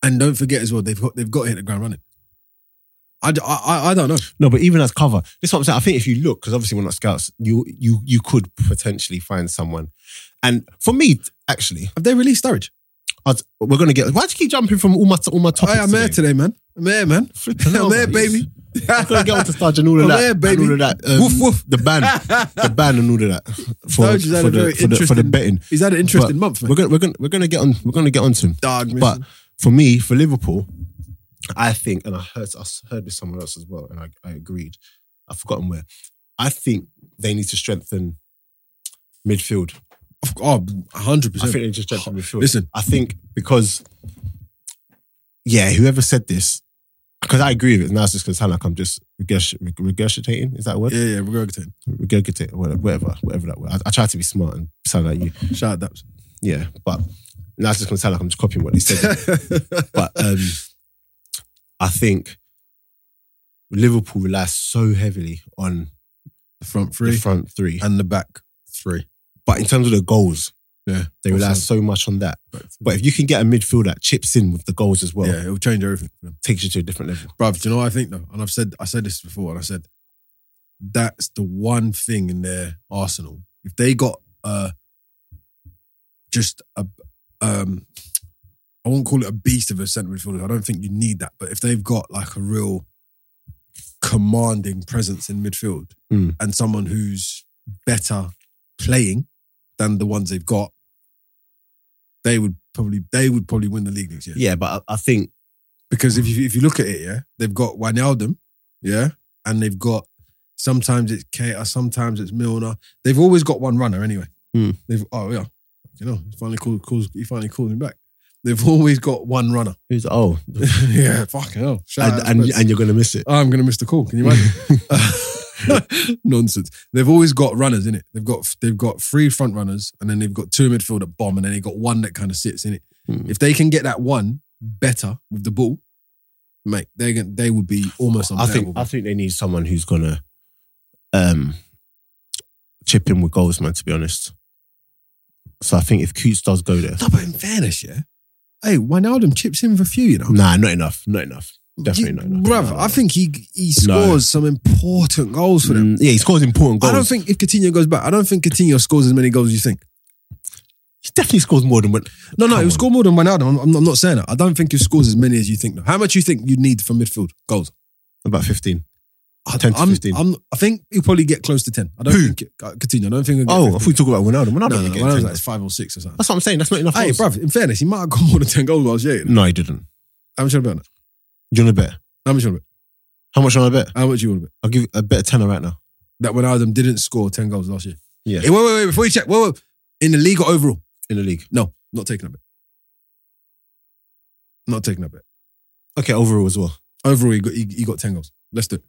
S2: And don't forget as well, they've got they've got to hit the ground running. I, d- I- I- I don't know.
S1: No, but even as cover, this is what I'm saying. I think if you look, because obviously we're not scouts, you you you could potentially find someone. And for me, actually,
S2: Have they released Sturridge?
S1: I'd, we're gonna get. Why do you keep jumping from all my all my topics?
S2: I, am here
S1: today?
S2: today, man. I'm here, man.
S1: Flipping hell,
S2: I'm here,
S1: man.
S2: baby.
S1: I'm gonna get onto Sturge and all of
S2: I'm
S1: that.
S2: here,
S1: and
S2: baby.
S1: all of that. um,
S2: Woof, woof.
S1: The ban, the ban, and all of that for,
S2: Sturridge has had
S1: for
S2: a
S1: the,
S2: very
S1: for, the, for the
S2: interesting-
S1: betting.
S2: He's had an interesting month, man.
S1: We're gonna we're gonna we're gonna get on. We're gonna get onto him.
S2: Dog, man.
S1: But for me, for Liverpool, I think, and I heard I heard this somewhere else as well, and I, I agreed. I've forgotten where. I think they need to strengthen midfield.
S2: oh, 100
S1: I think
S2: percent.
S1: they need to strengthen midfield.
S2: Listen,
S1: I think because, yeah, whoever said this, because I agree with it. Now it's just going to sound like I'm just regurg- regurgitating. Is that a word?
S2: yeah, yeah, we're going
S1: Regurgitate, whatever, whatever, whatever that word. I, I try to be smart and sound like you.
S2: to shout out
S1: Yeah, but now it's just going to sound like I'm just copying what they said.
S2: that.
S1: But um, I think Liverpool relies so heavily on
S2: The front three
S1: the front three.
S2: and the back three.
S1: But in terms of the goals,
S2: Yeah.
S1: they rely so much on that. But if you can get a midfield that chips in with the goals as well,
S2: yeah, it'll change everything. for them.
S1: takes you to a different level.
S2: Bruv, do you know what I think though? And I've said I said this before, and I said that's the one thing in their arsenal. If they got uh just a um I won't call it a beast of a centre midfielder. I don't think you need that, but if they've got like a real commanding presence in midfield
S1: Mm.
S2: and someone who's better playing than the ones they've got, they would probably they would probably win the league next year.
S1: Yeah, but I, I think
S2: Because if you if you look at it, yeah, they've got Wijnaldum, yeah, and they've got sometimes it's Keita, sometimes it's Milner. They've always got one runner anyway.
S1: Hmm.
S2: They've oh yeah, you know, he finally called calls he finally called me back. They've always got one runner.
S1: who's oh,
S2: yeah, fucking hell. Shout out to
S1: and, and
S2: Spence.
S1: and you're gonna miss it.
S2: Oh, I'm gonna miss the call. Can you imagine? Nonsense. They've always got runners in it. They've got they've got three front runners, and then they've got two midfield that bomb, and then they've got one that kind of sits in it.
S1: Hmm.
S2: If they can get that one better with the ball, mate, they can, they would be almost
S1: I think
S2: unplayable.
S1: I think they need someone who's gonna um chip in with goals, man. To be honest, so I think if Coots does go there,
S2: no, but in fairness, yeah. Hey, Wijnaldum chips in for a few, you know.
S1: nah, not enough, not enough, definitely
S2: You-
S1: not enough.
S2: Bruv,
S1: No, no,
S2: I
S1: no.
S2: think he he
S1: No.
S2: scores some important goals for them.
S1: Mm, yeah, he Mm, scores important goals.
S2: I don't think if Coutinho goes back, I don't think Coutinho scores as many goals as you think.
S1: He definitely scores more than when.
S2: No, no,
S1: Come
S2: he'll
S1: on.
S2: score more than Ronaldo. I'm, I'm not- I'm not saying that. I don't think he scores as many as you think. though. How much you think you need for midfield goals?
S1: About 15.
S2: I,
S1: 10 to
S2: I'm-
S1: 15.
S2: I'm, I think he'll probably get close to ten. I don't think it, uh, Coutinho. I don't think. He'll get
S1: Oh,
S2: 15.
S1: if we talk about Ronaldo, Ronaldo
S2: no, no,
S1: didn't
S2: no,
S1: get
S2: when I was
S1: 10.
S2: like five or six or something.
S1: That's what I'm saying. That's not enough.
S2: Hey,
S1: goals.
S2: bruv, in fairness, he might have got more than 10 goals last year.
S1: No, he didn't.
S2: How much you want to bet on that?
S1: Do you want to bet?
S2: How much you want to bet?
S1: How much want to bet?
S2: How much you want to bet?
S1: I'll give you a bet of tenner right now.
S2: That when Adam didn't score 10 goals last year.
S1: Yeah.
S2: Hey, wait, wait, wait, before you check, wait, wait. In the league or overall?
S1: in the league.
S2: No, not taking a bet. Not taking a bet.
S1: Okay, overall as well.
S2: Overall, he got, he, he got 10 goals. Let's do it.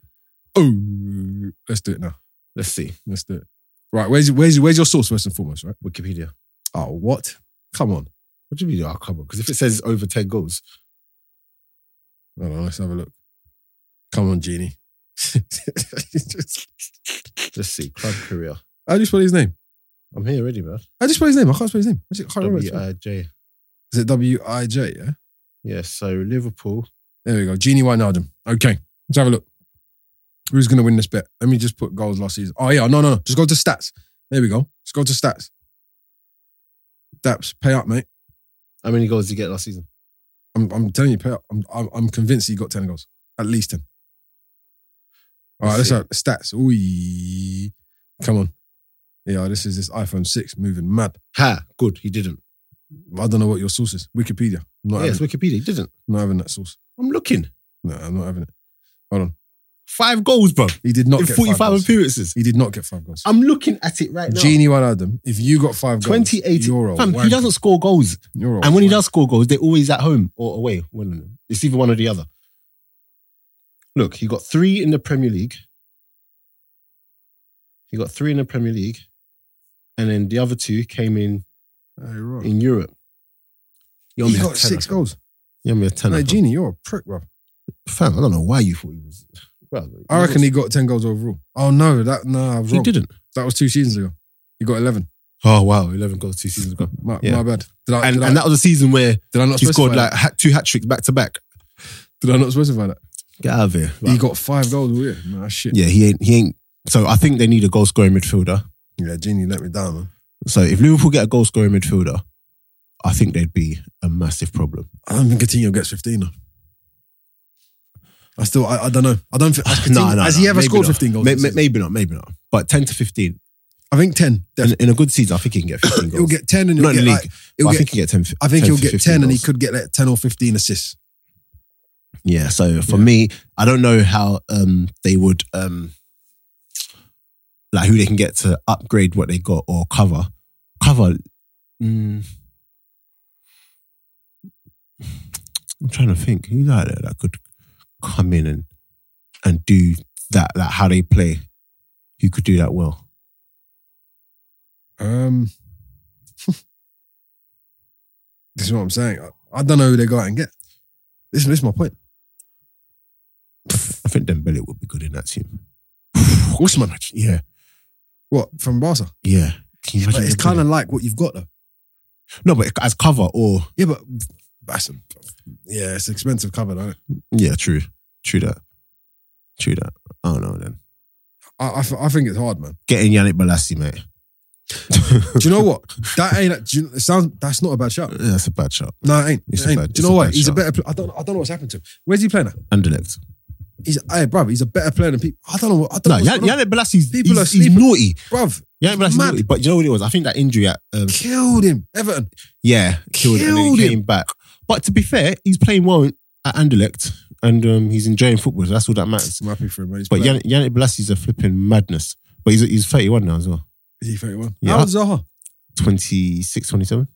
S2: Oh, let's do it now.
S1: Let's see.
S2: Let's do it. Right, where's, where's, where's your source first and foremost, right?
S1: Wikipedia.
S2: Oh, what? Come on.
S1: What do you mean? Oh, come on. Because if it says over 10 goals,
S2: Hold on, let's have a look. Come on, Genie.
S1: let's see. Club career.
S2: How do you spell his name?
S1: I'm here already, man.
S2: How do you spell his name? I can't spell his name. I just can't remember.
S1: W
S2: his name.
S1: I J.
S2: Is it W I J? Yeah.
S1: Yeah, so Liverpool.
S2: There we go. Genie Wijnaldum. Okay. Let's have a look. Who's going to win this bet? Let me just put goals last season. Oh, yeah. No, no, no. Just go to stats. There we go. Just go to stats. Daps, pay up, mate.
S1: How many goals did he get last season?
S2: I'm, I'm telling you, pay up. I'm, I'm, I'm convinced he got 10 goals. At least 10. All right. Let's
S1: Let's
S2: have stats. Ooh. Come on. Yeah, this is this iPhone 6 moving mad.
S1: Ha, good. He didn't.
S2: I don't know what your source is. Wikipedia. I'm not,
S1: yes,
S2: having,
S1: Wikipedia. He didn't.
S2: not having that source.
S1: I'm looking.
S2: No, I'm not having it.
S1: Five goals, bro.
S2: He did not
S1: in
S2: get
S1: 45
S2: five goals.
S1: appearances.
S2: He did not get five goals.
S1: I'm looking at it right now.
S2: Genie one Adam, if you got five goals,
S1: 2018.
S2: you're a
S1: Fam,
S2: wanker.
S1: he doesn't score goals.
S2: You're a
S1: And when he
S2: wanker.
S1: does score goals, they're always at home or away. One of them. It's either one or the other. Look, he got three in the Premier League. He got three in the Premier League. And then the other two came in
S2: Oh, you're right.
S1: in Europe. You
S2: he got six goals.
S1: You owe me a tenner.
S2: No,
S1: fam.
S2: Genie, you're a prick, bro.
S1: Fam, I don't know why you thought he was. Well,
S2: I reckon he got ten goals overall. Oh no, that no, I was
S1: he
S2: wrong.
S1: didn't.
S2: That was two seasons ago. He got eleven.
S1: Oh, wow. 11 goals two seasons ago.
S2: My,
S1: Yeah.
S2: my bad. Did I,
S1: And,
S2: did, I,
S1: and that was a season where
S2: did I not
S1: he
S2: specify
S1: scored like
S2: that?
S1: ha- two hat tricks back to back.
S2: Did I not specify that?
S1: Get out of here.
S2: He got five goals all year. Nah, shit.
S1: yeah, he ain't. He ain't. So I think they need a goal scoring midfielder.
S2: yeah, Genie let me down, man.
S1: So if Liverpool get a goal scoring midfielder, I think they'd be a massive problem.
S2: I don't think Coutinho gets fifteen. Though. I still, I, I don't know. I don't think. has
S1: No,
S2: Coutinho-
S1: no,
S2: has
S1: no,
S2: he ever
S1: maybe
S2: scored
S1: not.
S2: fifteen goals?
S1: May-
S2: this
S1: may-
S2: season?
S1: maybe not. Maybe not. But ten to fifteen
S2: I think ten.
S1: in,
S2: Definitely.
S1: in a good season, I think he can get fifteen
S2: He'll
S1: goals.
S2: get ten, and he'll
S1: not in the
S2: get
S1: league.
S2: like,
S1: but
S2: he'll
S1: I
S2: get
S1: think he'll get ten.
S2: I think
S1: 10
S2: he'll
S1: to
S2: get
S1: 15
S2: ten, and he
S1: goals.
S2: could get like ten or fifteen assists.
S1: Yeah. So for me, I don't know how um, they would um, like who they can get to upgrade what they got or cover cover. Mm. I'm trying to think who's out there that could come in and and do that like how they play. Who could do that well?
S2: Um, this is what I'm saying. I, I don't know who they go out and get. This, this is my point.
S1: I think Dembele would be good in that team.
S2: Usman,
S1: Yeah,
S2: what from Barca?
S1: yeah. Can you
S2: But
S1: imagine
S2: it's
S1: Dembele?
S2: kind of like what you've got though.
S1: no, but as cover or
S2: Yeah, but that's a, yeah, it's expensive cover, do it?
S1: Yeah, true. True that. True that. I don't know then.
S2: I, I, th- I think it's hard, man.
S1: Getting Yannick Balassi, mate.
S2: Do you know what? That ain't. Do you, it sounds. That's not a bad shot.
S1: That's a bad shot.
S2: No, it ain't.
S1: It's
S2: It
S1: a
S2: ain't.
S1: bad-
S2: do
S1: it's
S2: you
S1: a
S2: know what?
S1: bad
S2: He's
S1: shot.
S2: a better. Pl- I don't. I don't know what's happened to him. Where's he playing at?
S1: Underlect.
S2: He's. Hey, bruv. He's a better player than people. I don't know. What, I don't
S1: No,
S2: know.
S1: Yan-
S2: what's going on.
S1: Yannick Balassi's
S2: People
S1: he's,
S2: are
S1: he's
S2: sleeping.
S1: naughty.
S2: bruv.
S1: Yannick Balassi's
S2: Mad.
S1: naughty. But you know what it was? I think that injury at um,
S2: Killed him. Everton.
S1: yeah killed, him and then
S2: Killed
S1: he
S2: him.
S1: came back. But to be fair, he's playing well at Anderlecht and um, he's enjoying football. So that's all that matters.
S2: I'm happy for him, man. He's
S1: But
S2: playing.
S1: Yannick, Yannick Balassi's a flipping madness. But he's he's 31 now as well.
S2: Is he 31?
S1: Yeah.
S2: How old's Zaha?
S1: 26, 27? I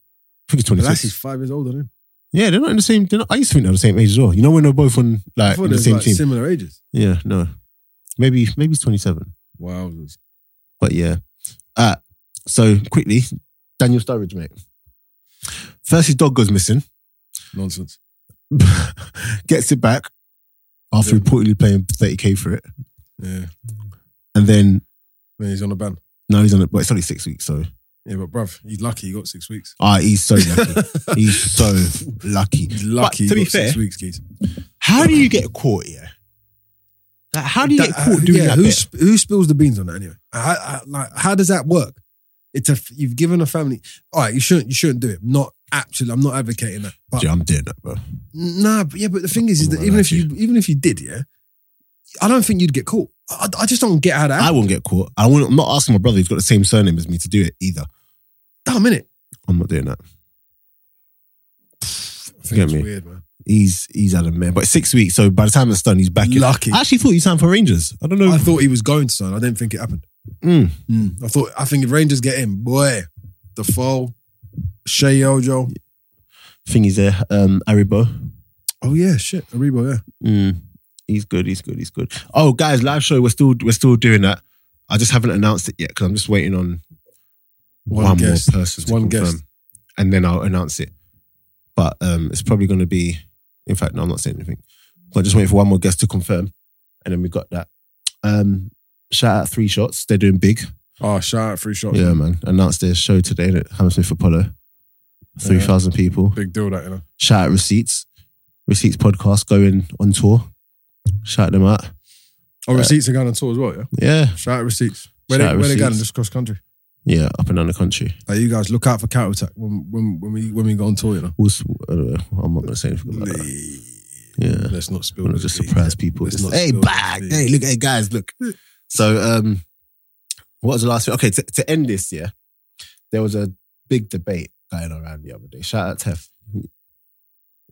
S1: think he's 26.
S2: Lassie's five years older than him.
S1: Yeah, they're not in the same. They're not, I used to think they're the same age as well. You know when they're both on
S2: I
S1: like
S2: thought
S1: Uh, in the
S2: they was
S1: same
S2: like
S1: team.
S2: similar ages.
S1: yeah, no, maybe maybe he's twenty seven,
S2: Wow.
S1: but yeah. Uh, so quickly, Daniel Sturridge, mate. First, his dog goes missing,
S2: Nonsense.
S1: gets it back after
S2: Yeah.
S1: reportedly paying thirty k for it,
S2: Yeah.
S1: and then
S2: Then he's on a ban.
S1: now he's on it. But it's only six weeks, so
S2: Yeah, but bruv, he's lucky he got six weeks.
S1: ah, he's so lucky. he's so lucky.
S2: He's lucky
S1: But to be
S2: he got six
S1: fair-
S2: weeks, kids.
S1: How do you get caught? Yeah, like, how do you get caught doing
S2: uh, yeah,
S1: that?
S2: who,
S1: bit?
S2: sp- who spills the beans on that anyway? How, how- like, how does that work? It's a you've given a family. All right, you shouldn't you shouldn't do it. Not absolutely. I'm not advocating that. But
S1: Yeah, I'm doing that, bro.
S2: Nah, but yeah, but the thing is, is
S1: I'm
S2: that
S1: not
S2: even
S1: like
S2: if you, even if you did, yeah, I don't think you'd get caught. I, I just don't get how that.
S1: I
S2: happened.
S1: won't get caught. I won't, I'm not asking my brother who's got the same surname as me to do it either.
S2: Damn minute.
S1: I'm not doing that. Forget me.
S2: Weird, man.
S1: He's he's had a man, but six weeks. So by the time it's done, he's back. in.
S2: Lucky.
S1: I actually thought he signed for Rangers. I don't know.
S2: I thought he was going to sign. I didn't think it happened. Hmm.
S1: Mm.
S2: I thought. I think if Rangers get him, boy, Defoe, Shea Ojo.
S1: Thing is there, um, Aribo.
S2: Oh yeah, shit, Aribo. Yeah,
S1: Mm. He's good. He's good. He's good. Oh, guys, live show. We're still we're still doing that. I just haven't announced it yet because I'm just waiting on one,
S2: guest.
S1: more person
S2: It's
S1: to
S2: one
S1: confirm,
S2: guest.
S1: and then I'll announce it. But um, it's probably going to be. In fact, no, I'm not saying anything. But just waiting for one more guest to confirm, and then we got that. Um, shout out three shots. They're doing big.
S2: Oh, shout out free shots.
S1: Yeah, man. Announced their show today at Hammersmith Apollo. Three thousand people.
S2: Big deal, that you know.
S1: Shout out receipts. Receipts podcast going on tour. Shout them out.
S2: Oh, receipts are going on tour as well. Yeah,
S1: Yeah,
S2: shout out receipts. Where
S1: Shout
S2: they
S1: out
S2: where they going?
S1: Receipts.
S2: Just cross country.
S1: yeah. Up and down the country.
S2: Like, you guys look out for counter attack when when when we when we go on tour. You know.
S1: We'll, s- I don't know. I'm not going to say anything about that. Yeah.
S2: Let's not spill.
S1: I'm gonna
S2: the
S1: just
S2: tea.
S1: surprise people.
S2: Let's
S1: Just,
S2: not
S1: hey,
S2: spill
S1: bag.
S2: the tea.
S1: Hey, look. Hey, guys, look. So, um, what was the last thing? Okay, to, to end this, yeah, there was a big debate going around the other day. Shout out Tef.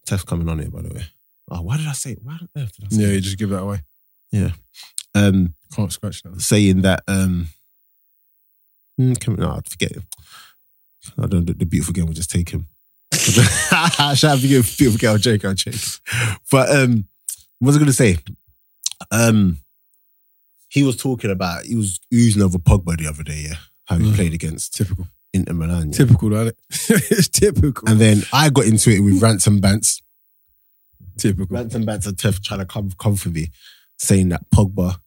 S1: Tef coming on here, by the way. Oh, why did I say? Why on earth did I say?
S2: Yeah, you just give that away.
S1: Um,
S2: Can't scratch that.
S1: saying that um mm, can, no, I forget him. I don't the, the beautiful girl will just take him. Shout out to you, beautiful girl, Jake, I'll Jake. But um what was I gonna say? Um he was talking about he was oozing over Pogba the other day, yeah. How he
S2: Mm.
S1: played against
S2: Typical.
S1: Inter Milan. yeah.
S2: Typical, though, isn't it? it's typical.
S1: And then I got into it with Ransom Bants.
S2: typical.
S1: Ransom Bants and Tiff trying to come come for me, saying that Pogba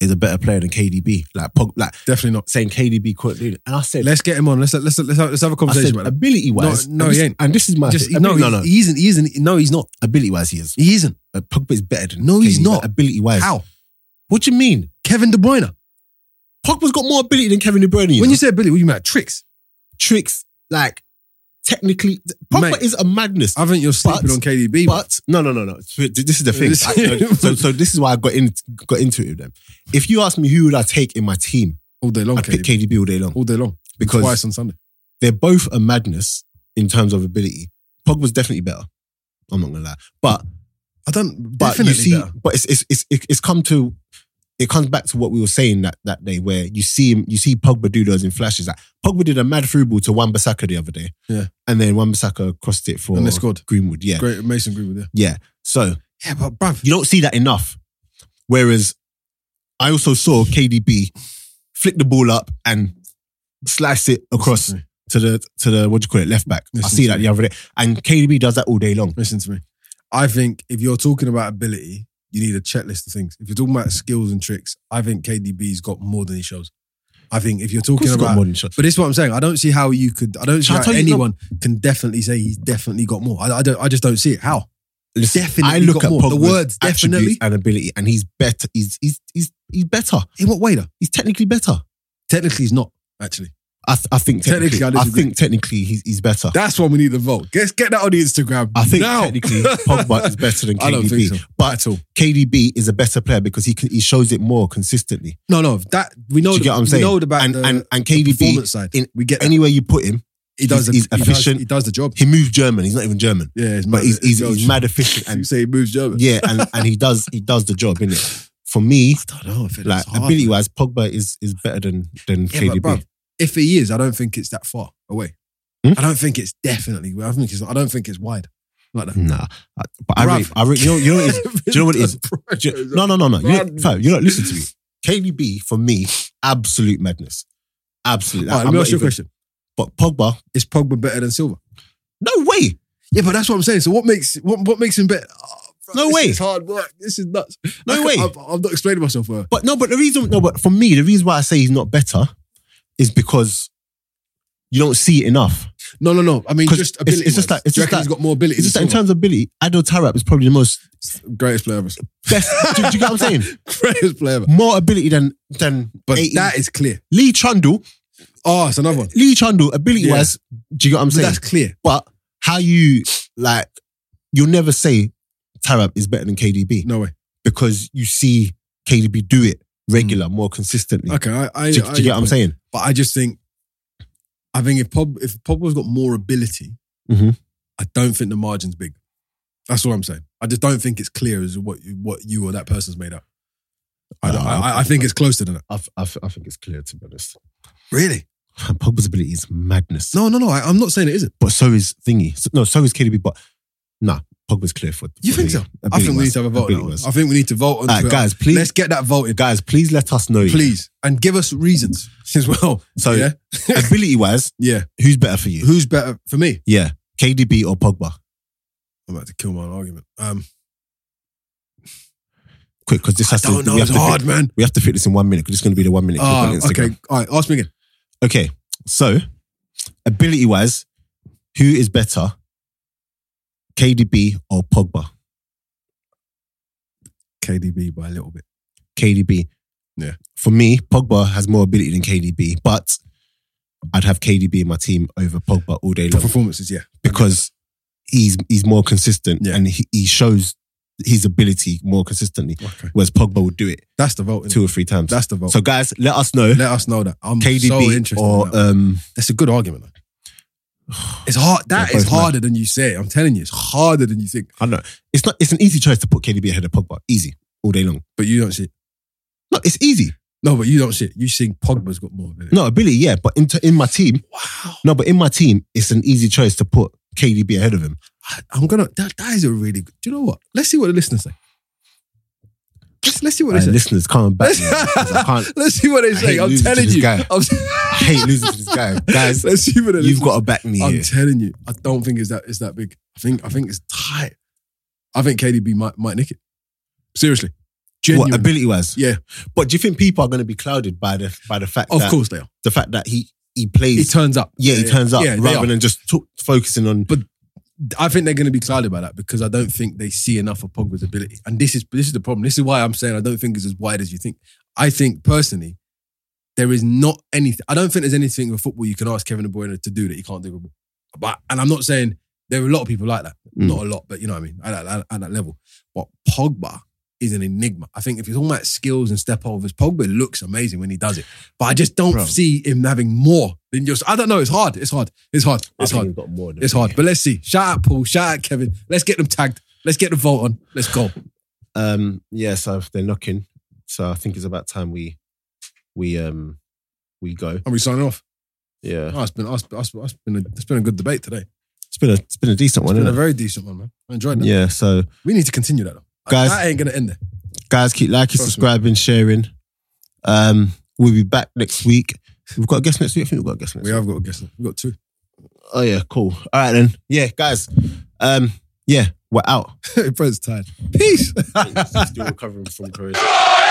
S1: is a better player than KDB. Like Pog, like
S2: Definitely not.
S1: saying KDB couldn't do it. And I said,
S2: Let's get him on. Let's let's let's have, let's have a
S1: I said
S2: conversation about
S1: ability wise.
S2: No, no,
S1: and
S2: he
S1: this,
S2: ain't.
S1: And this is my
S2: that. Just
S1: thing.
S2: no,
S1: Ability-
S2: no, no. He isn't. He isn't. No, he's not.
S1: Ability wise, he is.
S2: He isn't.
S1: Uh, Pogba is better than.
S2: No, he's
S1: KDB.
S2: not.
S1: Ability wise.
S2: How?
S1: What do you mean?
S2: Kevin De Bruyne.
S1: Pogba's got more ability than Kevin De Bruyne.
S2: When you say ability, what do you mean? Like, tricks?
S1: tricks, like technically, Pogba
S2: Mate.
S1: is a madness.
S2: I think you're sleeping
S1: But-
S2: on KDB. but-
S1: But no, no, no, no. So This is the thing.
S2: This-
S1: I- so, so this is why I got in, got into it with them. If you ask me who would I take in my team,
S2: all day long,
S1: I'd pick
S2: KDB.
S1: KDB all day long
S2: All day long.
S1: because
S2: Twice on Sunday.
S1: they're both a madness in terms of ability. Pogba's definitely better. I'm not gonna lie, but
S2: I don't.
S1: but
S2: definitely
S1: you see,
S2: better.
S1: but it's it's it's it's come to it comes back to what we were saying that that day where you see him, you see Pogba do those in flashes. Like Pogba did a mad through ball to Wan Bissaka the other day,
S2: Yeah.
S1: and then Wan Bissaka crossed it for
S2: And they scored.
S1: Greenwood, yeah,
S2: Great Mason Greenwood. Yeah.
S1: yeah. So
S2: Yeah, but bruv,
S1: you don't see that enough. Whereas I also saw KDB flick the ball up and slice it across
S2: Listen
S1: to the to the what do you call it left back. I
S2: Listen
S1: see
S2: to
S1: that
S2: me.
S1: the other day, and KDB does that all day long.
S2: Listen to me. I think if you're talking about ability, you need a checklist of things. If you're talking about skills and tricks, I think KDB's got more than he shows. I think if you're talking
S1: He's got
S2: about
S1: more than shot.
S2: But this is what I'm saying. I don't see how you could. I don't see
S1: Shall I
S2: how
S1: tell you-
S2: anyone can definitely say he's definitely got more. I, I don't. I just don't see it. How?
S1: Listen,
S2: definitely
S1: I look
S2: got
S1: at
S2: more. The
S1: Pogba's
S2: words,
S1: attributes
S2: definitely.
S1: and ability, and he's better. He's he's he's he's better.
S2: In what way though?
S1: He's technically better.
S2: Technically, he's not actually.
S1: I th- I think technically,
S2: Technically, I
S1: I,
S2: disagree.
S1: think technically he's he's better.
S2: That's why we need the vote. Get get that on the Instagram.
S1: I think
S2: now.
S1: technically Pogba is better than KDB,
S2: I don't think so.
S1: but KDB is a better player because he can, he shows it more consistently.
S2: No, no. That we know.
S1: Do you get what I'm
S2: we
S1: saying?
S2: know about
S1: and,
S2: the,
S1: and and
S2: uh, the
S1: KDB
S2: performance side.
S1: in-
S2: we get that.
S1: anywhere you put him,
S2: he does.
S1: he's-
S2: the,
S1: he's
S2: he does,
S1: efficient.
S2: he does the job.
S1: he moves German. He's not even German,
S2: Yeah, he's
S1: but
S2: mad.
S1: he's he's, he's
S2: Belgian.
S1: mad efficient
S2: You
S1: and
S2: say he moves German.
S1: yeah, and, and he does he does the job, innit? For me,
S2: I don't know if it's
S1: like
S2: hard,
S1: ability wise, Pogba is is better than than
S2: Yeah,
S1: KDB.
S2: but bruv, if he is, I don't think it's that far away.
S1: Hmm?
S2: I don't think it's definitely. I think it's. I don't think it's wide like that.
S1: Nah, I, but I,
S2: Bruv.
S1: really, I really, you know, you know what it is? you know what it is? Do you- no, no, no, no. You know,
S2: Bruv.
S1: fam, you know, listen to me. KDB for me, absolute madness, absolute.
S2: All
S1: I'm
S2: right, let me
S1: not
S2: ask you a
S1: even-
S2: question.
S1: But Pogba,
S2: Is Pogba better than Silva?
S1: no way.
S2: Yeah, but that's what I'm saying. So what makes what, what makes him better? Oh, bro,
S1: No
S2: this
S1: way.
S2: Is hard work. This is nuts.
S1: No
S2: I
S1: way.
S2: I'm, I'm not explaining myself well.
S1: But no, but the reason, no, but for me, the reason why I say he's not better is because you don't see it enough.
S2: No, no, no. I mean,
S1: 'Cause
S2: just
S1: it's- it's
S2: ability.
S1: just like- it's
S2: Do you
S1: just
S2: reckon
S1: like-
S2: he's got more ability.
S1: It's just that
S2: than
S1: in terms of ability, Adil Tarap is probably the most
S2: Silva? greatest player ever.
S1: best. do, do you get what I'm saying?
S2: greatest player ever.
S1: More ability than than.
S2: But
S1: 80.
S2: that is clear.
S1: Lee Trundle
S2: Oh, it's another one.
S1: Lee Chandle, ability wise, do you get what I'm
S2: But
S1: saying?
S2: that's clear.
S1: but how you like, you'll never say Tarab is better than KDB
S2: No way.
S1: because you see KDB do it regular, more consistently.
S2: Mm. Okay, I, I,
S1: Do, do
S2: I
S1: you get what I'm saying?
S2: But I just think, I think if Pub if Pogba's got more ability,
S1: Mhm.
S2: I don't think the margin's big. That's all I'm saying. I just don't think it's clear as what you, what you or that person's made up. I,
S1: No,
S2: don't- I, I- I think it's closer than that.
S1: I, I, I think it's clear to be honest.
S2: Really?
S1: Pogba's ability is madness.
S2: No, no, no. I, I'm not saying it isn't.
S1: but so is Thingy. So- no, so is KDB. But nah, Pogba's clear for.
S2: You
S1: for
S2: think
S1: the-
S2: so? I think
S1: ability-wise.
S2: we need to have a vote. on that one.
S1: Ability-wise.
S2: I think we need to vote on.
S1: Alright,
S2: Twitter.
S1: guys, please-
S2: let's get that voted,
S1: Guys, please let us know.
S2: please, and give us reasons as well.
S1: So
S2: yeah,
S1: ability wise,
S2: yeah.
S1: who's better for you?
S2: Who's better for me?
S1: Yeah, KDB or Pogba?
S2: I'm about to kill my own argument. Um,
S1: Quick, because this
S2: I
S1: has
S2: don't
S1: to.
S2: know.
S1: We have
S2: It's
S1: to, fit,
S2: hard, man.
S1: we have to fit this in one minute. 'cause it's going to be the one minute clip
S2: Ah,
S1: on Instagram.
S2: okay. All right, ask me again.
S1: Okay. So, ability wise, who is better, KDB or Pogba?
S2: KDB by a little bit.
S1: KDB.
S2: Yeah.
S1: For me, Pogba has more ability than KDB, but I'd have KDB in my team over Pogba all day
S2: For
S1: long
S2: performances, yeah.
S1: because he's he's more consistent
S2: Yeah.
S1: and he, he shows his ability more consistently.
S2: Okay.
S1: Whereas Pogba would do it
S2: That's the vote. innit?
S1: two or three times.
S2: That's the vote.
S1: so, uh, guys, let us know
S2: Let us know that. I'm so
S1: KDB
S2: interested.
S1: or
S2: in that.
S1: um,
S2: That's a good argument. though. It's hard. That
S1: They're
S2: is
S1: both
S2: harder than you say. I'm telling you, it's harder than you think.
S1: I don't know. It's not. It's an easy choice to put KDB ahead of Pogba. Easy all day long.
S2: But you don't see it.
S1: No, it's easy.
S2: No, but you don't see it. You think Pogba's got more of it.
S1: No ability, yeah, but in, in my team,
S2: Wow.
S1: no, but in my team, it's an easy choice to put KDB ahead of him.
S2: I, am gonna. That, that is a really. good. Do you know what? Let's see what the listeners say. Let's, let's see what
S1: Like,
S2: they say.
S1: listeners, come back. man, because I can't.
S2: Let's see what they
S1: I
S2: say.
S1: hate
S2: I'm
S1: losing to
S2: telling
S1: this
S2: you.
S1: guy.
S2: I'm,
S1: I hate losing to this guy, guys.
S2: let's see what the
S1: You've
S2: listeners
S1: got to back me
S2: I'm
S1: here.
S2: telling you, I don't think it's that it's that big. I think I think it's tight. I think KDB might might nick it. Seriously,
S1: What
S2: genuinely.
S1: ability wise?
S2: Yeah.
S1: But do you think people are going to be clouded by the by the fact
S2: of
S1: that
S2: course they are.
S1: the fact that he he
S2: He
S1: plays?
S2: turns up.
S1: yeah, he turns up
S2: Yeah, they
S1: rather
S2: are.
S1: than just to- focusing on.
S2: I think they're going to be clouded by that because I don't think they see enough of Pogba's ability. And this is this is the problem. This is why I'm saying I don't think it's as wide as you think. I think personally, there is not anything. I don't think there's anything with football you can ask Kevin De Bruyne to do that he can't do. With, but and I'm not saying there are a lot of people like that.
S1: Mm.
S2: Not a lot, but you know what I mean. At that, at, at that level, but Pogba is an enigma. I think if you're talking about skills and step overs, Pogba looks amazing when he does it. But I just don't
S1: Bro.
S2: see him having more than just. I don't know. It's hard. It's hard. It's hard.
S1: I
S2: It's
S1: think
S2: hard.
S1: he's got more than
S2: It's
S1: me.
S2: hard, but let's see. Shout out Paul. Shout out Kevin. Let's get them tagged. Let's get the vote on. Let's go.
S1: Um, yeah, so if they're knocking. So I think it's about time we we um we go.
S2: Are we signing off?
S1: Yeah.
S2: Oh, it's been, it's been, it's been, a, it's been a good debate today.
S1: It's been a it's been a decent
S2: It's
S1: one,
S2: been a
S1: isn't it?
S2: very decent one, man. I enjoyed that.
S1: Yeah. So
S2: We need to continue that though.
S1: Guys-
S2: that ain't gonna end there.
S1: guys keep liking,
S2: Trust me.
S1: subscribing, sharing. Um we'll be back next week. We've got a guest next week. I think we've got a guest next
S2: We
S1: week.
S2: have got a guest. We got two.
S1: Oh yeah, cool. All right then. Yeah, guys. Um yeah, we're out.
S2: Brent's tired. Peace.
S1: Still recovering from Korea.